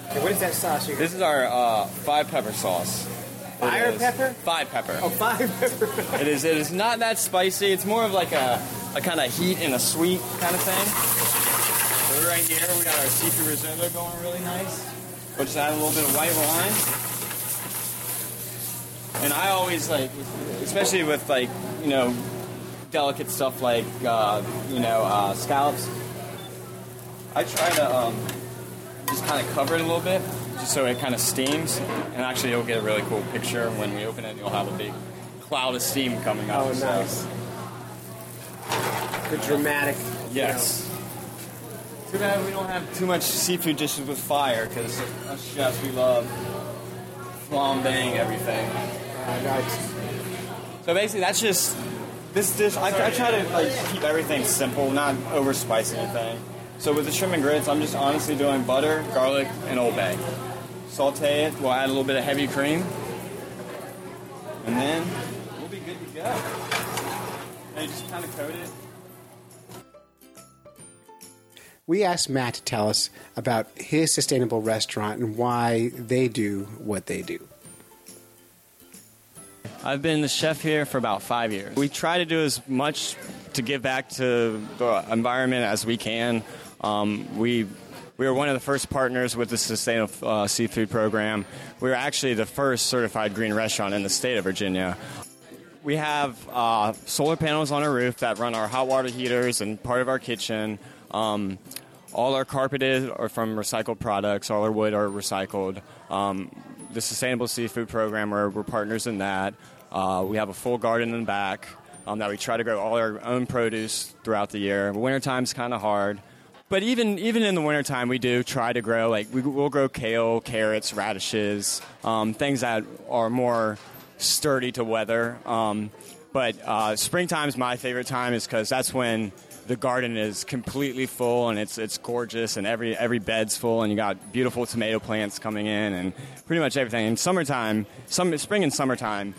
And what is that sauce? You this is our uh, five pepper sauce. Fire is. pepper? Oh, Five pepper. Five pepper. It is. It is not that spicy. It's more of like a, a kind of heat and a sweet kind of thing. So right here, we got our seafood risotto going really nice. We'll just add a little bit of white wine. And I always like, especially with like you know delicate stuff like uh, you know uh, scallops. I try to um, just kind of cover it a little bit, just so it kind of steams. And actually, you'll get a really cool picture when we open it. You'll have a big cloud of steam coming up. Oh, so- nice. The dramatic. Yes. Too bad we don't have too much seafood dishes with fire, because us chefs, we love flambeing everything. Uh, nice. So basically, that's just this dish. I, I try to like keep everything simple, not over spice anything. So with the shrimp and grits, I'm just honestly doing butter, garlic, and Old Bay. Saute it. We'll add a little bit of heavy cream, and then we'll be good to go. And just kind of coat it. We asked Matt to tell us about his sustainable restaurant and why they do what they do. I've been the chef here for about five years. We try to do as much to give back to the environment as we can. Um, we we were one of the first partners with the Sustainable uh, Seafood Program. We were actually the first certified green restaurant in the state of Virginia. We have uh, solar panels on our roof that run our hot water heaters and part of our kitchen. Um, all our carpeted are from recycled products. All our wood are recycled. Um, the Sustainable Seafood Program, we're, we're partners in that. Uh, we have a full garden in the back um, that we try to grow all our own produce throughout the year. Wintertime's kind of hard. But even even in the wintertime, we do try to grow like we, we'll grow kale, carrots, radishes, um, things that are more sturdy to weather. Um, but uh, springtime's my favorite time, is because that's when the garden is completely full and it's it's gorgeous and every every bed's full and you got beautiful tomato plants coming in and pretty much everything. In summertime, some spring and summertime,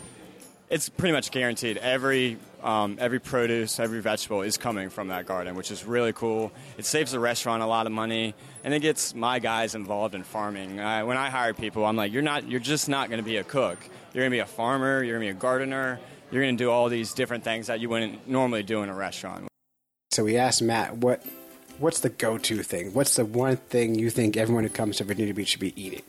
it's pretty much guaranteed every um, every produce, every vegetable is coming from that garden, which is really cool. It saves the restaurant a lot of money, and it gets my guys involved in farming. I, when I hire people, I'm like, you're not, you're just not going to be a cook. You're going to be a farmer. You're going to be a gardener. You're going to do all these different things that you wouldn't normally do in a restaurant. So we asked Matt what what's the go-to thing? What's the one thing you think everyone who comes to Virginia Beach should be eating?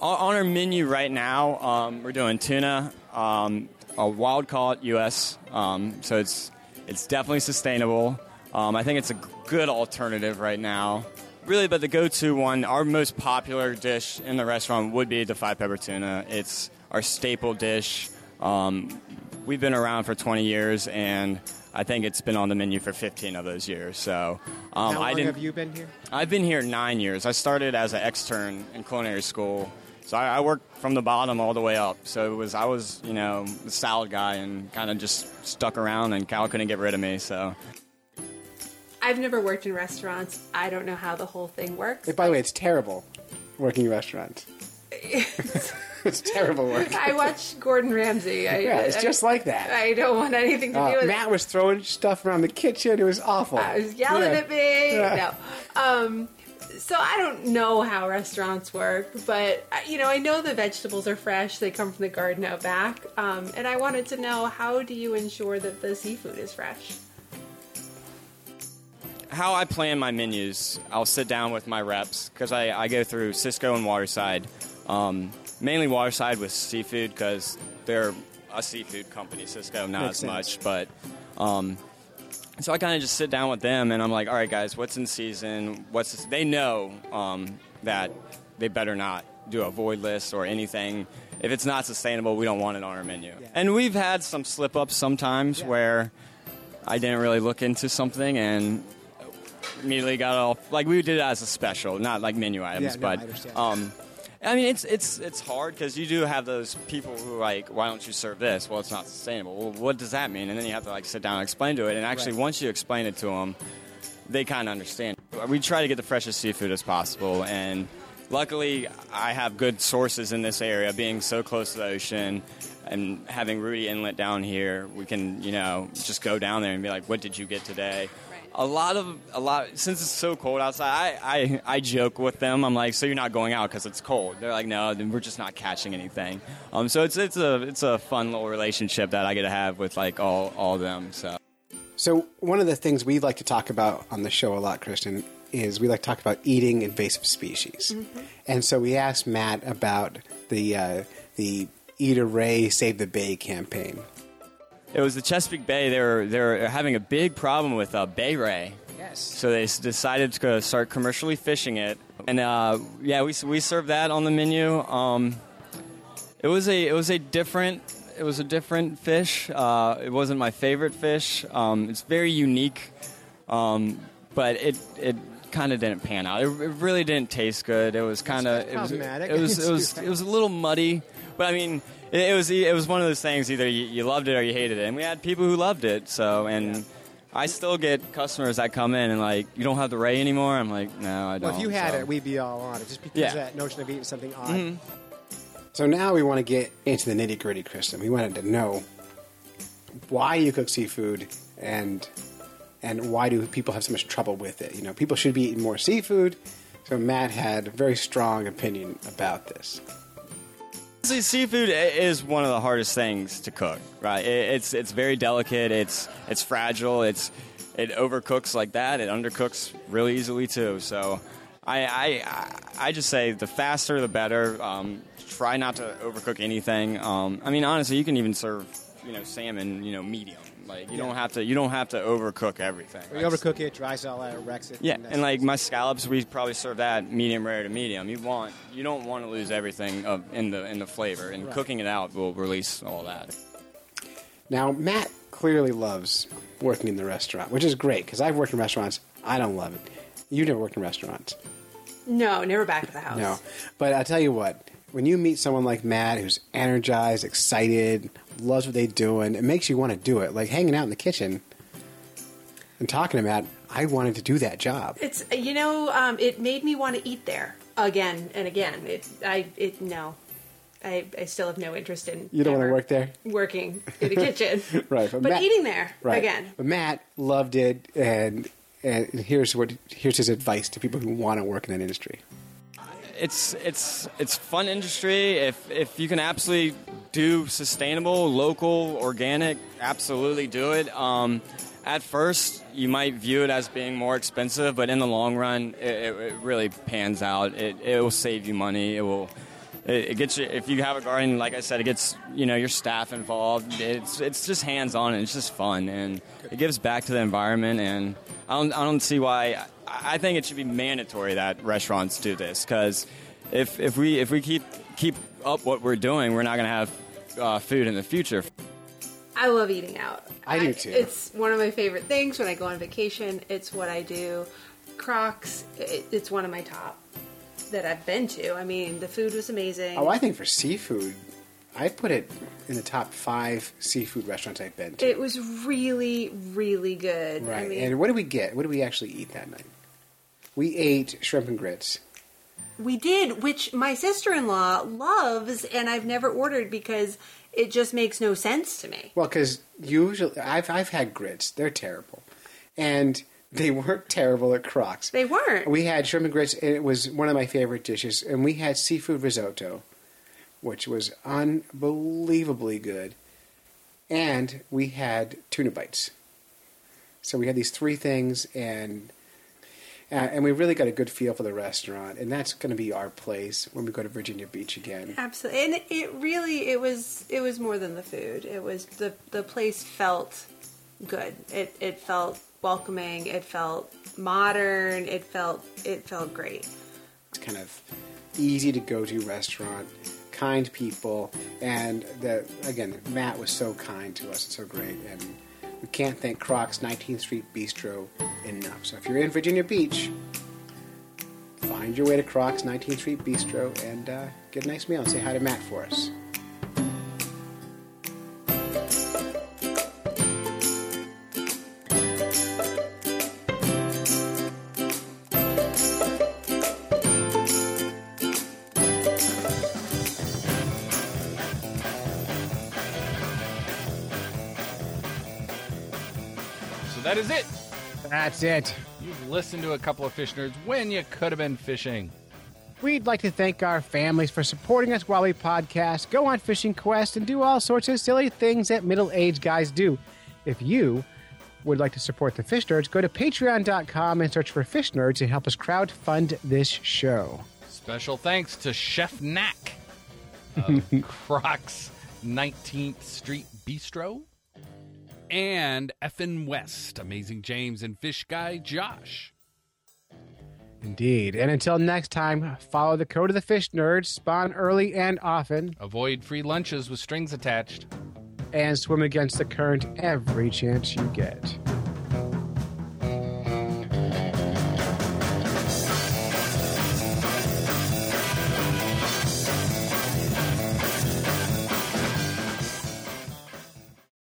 on on our menu right now, um, we're doing tuna, um, a wild caught U.S. Um, so it's it's definitely sustainable. Um, I think it's a good alternative right now. Really, but the go-to one, our most popular dish in the restaurant would be the five pepper tuna. It's our staple dish. Um, we've been around for 20 years, and I think it's been on the menu for 15 of those years. So um, How I long didn't. have you been here? I've been here nine years. I started as an extern in culinary school, so I, I worked from the bottom all the way up. So it was I was you know the salad guy and kind of just stuck around, and Cal couldn't get rid of me. So I've never worked in restaurants. I don't know how the whole thing works. By the way, it's terrible working in restaurants. it's terrible work. I watch Gordon Ramsay. I, Yeah, it's just like that. I don't want anything to Uh, do with Matt was throwing stuff around the kitchen. It was awful. I was yelling Yeah. at me. Yeah. No. Um, so I don't know how restaurants work, but uh, you know, I know the vegetables are fresh; they come from the garden out back. Um, and I wanted to know how do you ensure that the seafood is fresh? how I plan my menus, I'll sit down with my reps because I, I go through Cisco and Waterside, um, mainly Waterside with seafood because they're a seafood company. Cisco not Makes as sense. much, but um, so I kind of just sit down with them and I'm like, all right, guys, what's in season? What's this? they know um, that they better not do a void list or anything. If it's not sustainable, we don't want it on our menu. And we've had some slip ups sometimes where I didn't really look into something and immediately got all like we did it as a special, not like menu items, no, I but understand. um, I mean it's it's it's hard because you do have those people who are like, why don't you serve this? Well, it's not sustainable. Well, what does that mean? And then you have to like sit down and explain to it. And actually, once you explain it to them, they kind of understand. We try to get the freshest seafood as possible, and luckily, I have good sources in this area, being so close to the ocean. And having Rudy Inlet down here, we can, you know, just go down there and be like, what did you get today? a lot of a lot since it's so cold outside. I I, I joke with them. I'm like, so you're not going out because it's cold. They're like, no, then we're just not catching anything. Um, so it's it's a it's a fun little relationship that I get to have with like all all them. So. So, one of the things we like to talk about on the show a lot, Kristen, is we like to talk about eating invasive species. Mm-hmm. And so we asked Matt about the uh, the Eat a Ray, Save the Bay campaign. It was the Chesapeake Bay. They were they were having a big problem with uh, bay ray. Yes. So they s- decided to go start commercially fishing it, and uh, yeah, we s- we served that on the menu. Um, it was a it was a different it was a different fish. Uh, it wasn't my favorite fish. Um, it's very unique, um, but it it kind of didn't pan out. It, it really didn't taste good. It was kind of it was problematic. it was it was it was a little muddy, but I mean, it, it was it was one of those things. Either you, you loved it or you hated it, and we had people who loved it. So, and I still get customers that come in and like, you don't have the ray anymore. I'm like, no, I don't. Well, if you had So- it, we'd be all on it just because Yeah. Mm-hmm. of that notion of eating something odd. So, now we want to get into the nitty gritty, Kristen. We wanted to know why you cook seafood and and why do people have so much trouble with it? You know, people should be eating more seafood. So, Matt had a very strong opinion about this. Honestly, seafood i- is one of the hardest things to cook. Right? It, it's it's very delicate. It's it's fragile. It's it overcooks like that. It undercooks really easily too. So, I I I- I just say the faster the better. Um, try not to overcook anything. Um, I mean, honestly, you can even serve you know salmon you know medium. Like you don't have to you don't have to overcook everything. We Like, overcook it, dries it all out, wrecks it. yeah, that's- and like my scallops, we probably serve that medium rare to medium. You want you don't want to lose everything of, in the in the flavor, and cooking it out will release all that. Now, Matt clearly loves working in the restaurant, which is great because I've worked in restaurants. I don't love it. You never worked in restaurants. No, never back to the house. No. But I'll tell you what, when you meet someone like Matt who's energized, excited, loves what they're doing, it makes you want to do it. Like hanging out in the kitchen and talking to Matt, I wanted to do that job. It's you know, um, it made me want to eat there again and again. It I it no. I, I still have no interest in You don't want to ever work there? working in a kitchen. Right, But, but Matt- eating there Right. again. But Matt loved it and and here's what here's his advice to people who want to work in that industry. It's it's it's fun industry. If if you can absolutely do sustainable, local, organic, absolutely do it. Um, at first, you might view it as being more expensive, but in the long run, it, it, it really pans out. It it will save you money. It will. It, it gets you if you have a garden. Like I said, it gets you know your staff involved. It's it's just hands on and it's just fun and it gives back to the environment. And I don't I don't see why. I I think it should be mandatory that restaurants do this because if if we if we keep keep up what we're doing, we're not gonna have uh, food in the future. I love eating out. I do too. It's one of my favorite things when I go on vacation. It's what I do. Crocs, it, it's one of my top that I've been to. I mean, the food was amazing. Oh, I think for seafood, I put it in the top five seafood restaurants I've been to. it was really, really good. right. I mean, and what did we get? What did we actually eat that night? We ate shrimp and grits. We did, which my sister in law loves, and I've never ordered because it just makes no sense to me. Well, because usually I've I've had grits. They're terrible, and they weren't terrible at Crocs. They weren't. We had shrimp and grits, and it was one of my favorite dishes. And we had seafood risotto, which was unbelievably good. And we had tuna bites. So we had these three things, and uh, and we really got a good feel for the restaurant. And that's going to be our place when we go to Virginia Beach again. Absolutely, and it really it was it was more than the food. It was the the place felt good. It it felt welcoming. It felt modern. It felt it felt great. It's kind of easy to go to restaurant, kind people, and the again Matt was so kind to us, and so great, and we can't thank Crocs 19th Street Bistro enough. So if you're in Virginia Beach, find your way to Crocs 19th Street Bistro and uh, get a nice meal and say hi to Matt for us. So that is it That's it. You've listened to a couple of fish nerds when you could have been fishing. We'd like to thank our families for supporting us while we podcast, go on fishing quests, and do all sorts of silly things that middle aged guys do. If you would like to support the Fish Nerds, go to patreon.com and search for Fish Nerds and help us crowdfund this show. Special thanks to Chef Knack of Crocs 19th Street Bistro and FN West, Amazing James and Fish Guy Josh. Indeed. And until next time, follow the code of the Fish Nerds, spawn early and often, Avoid free lunches with strings attached. and swim against the current every chance you get.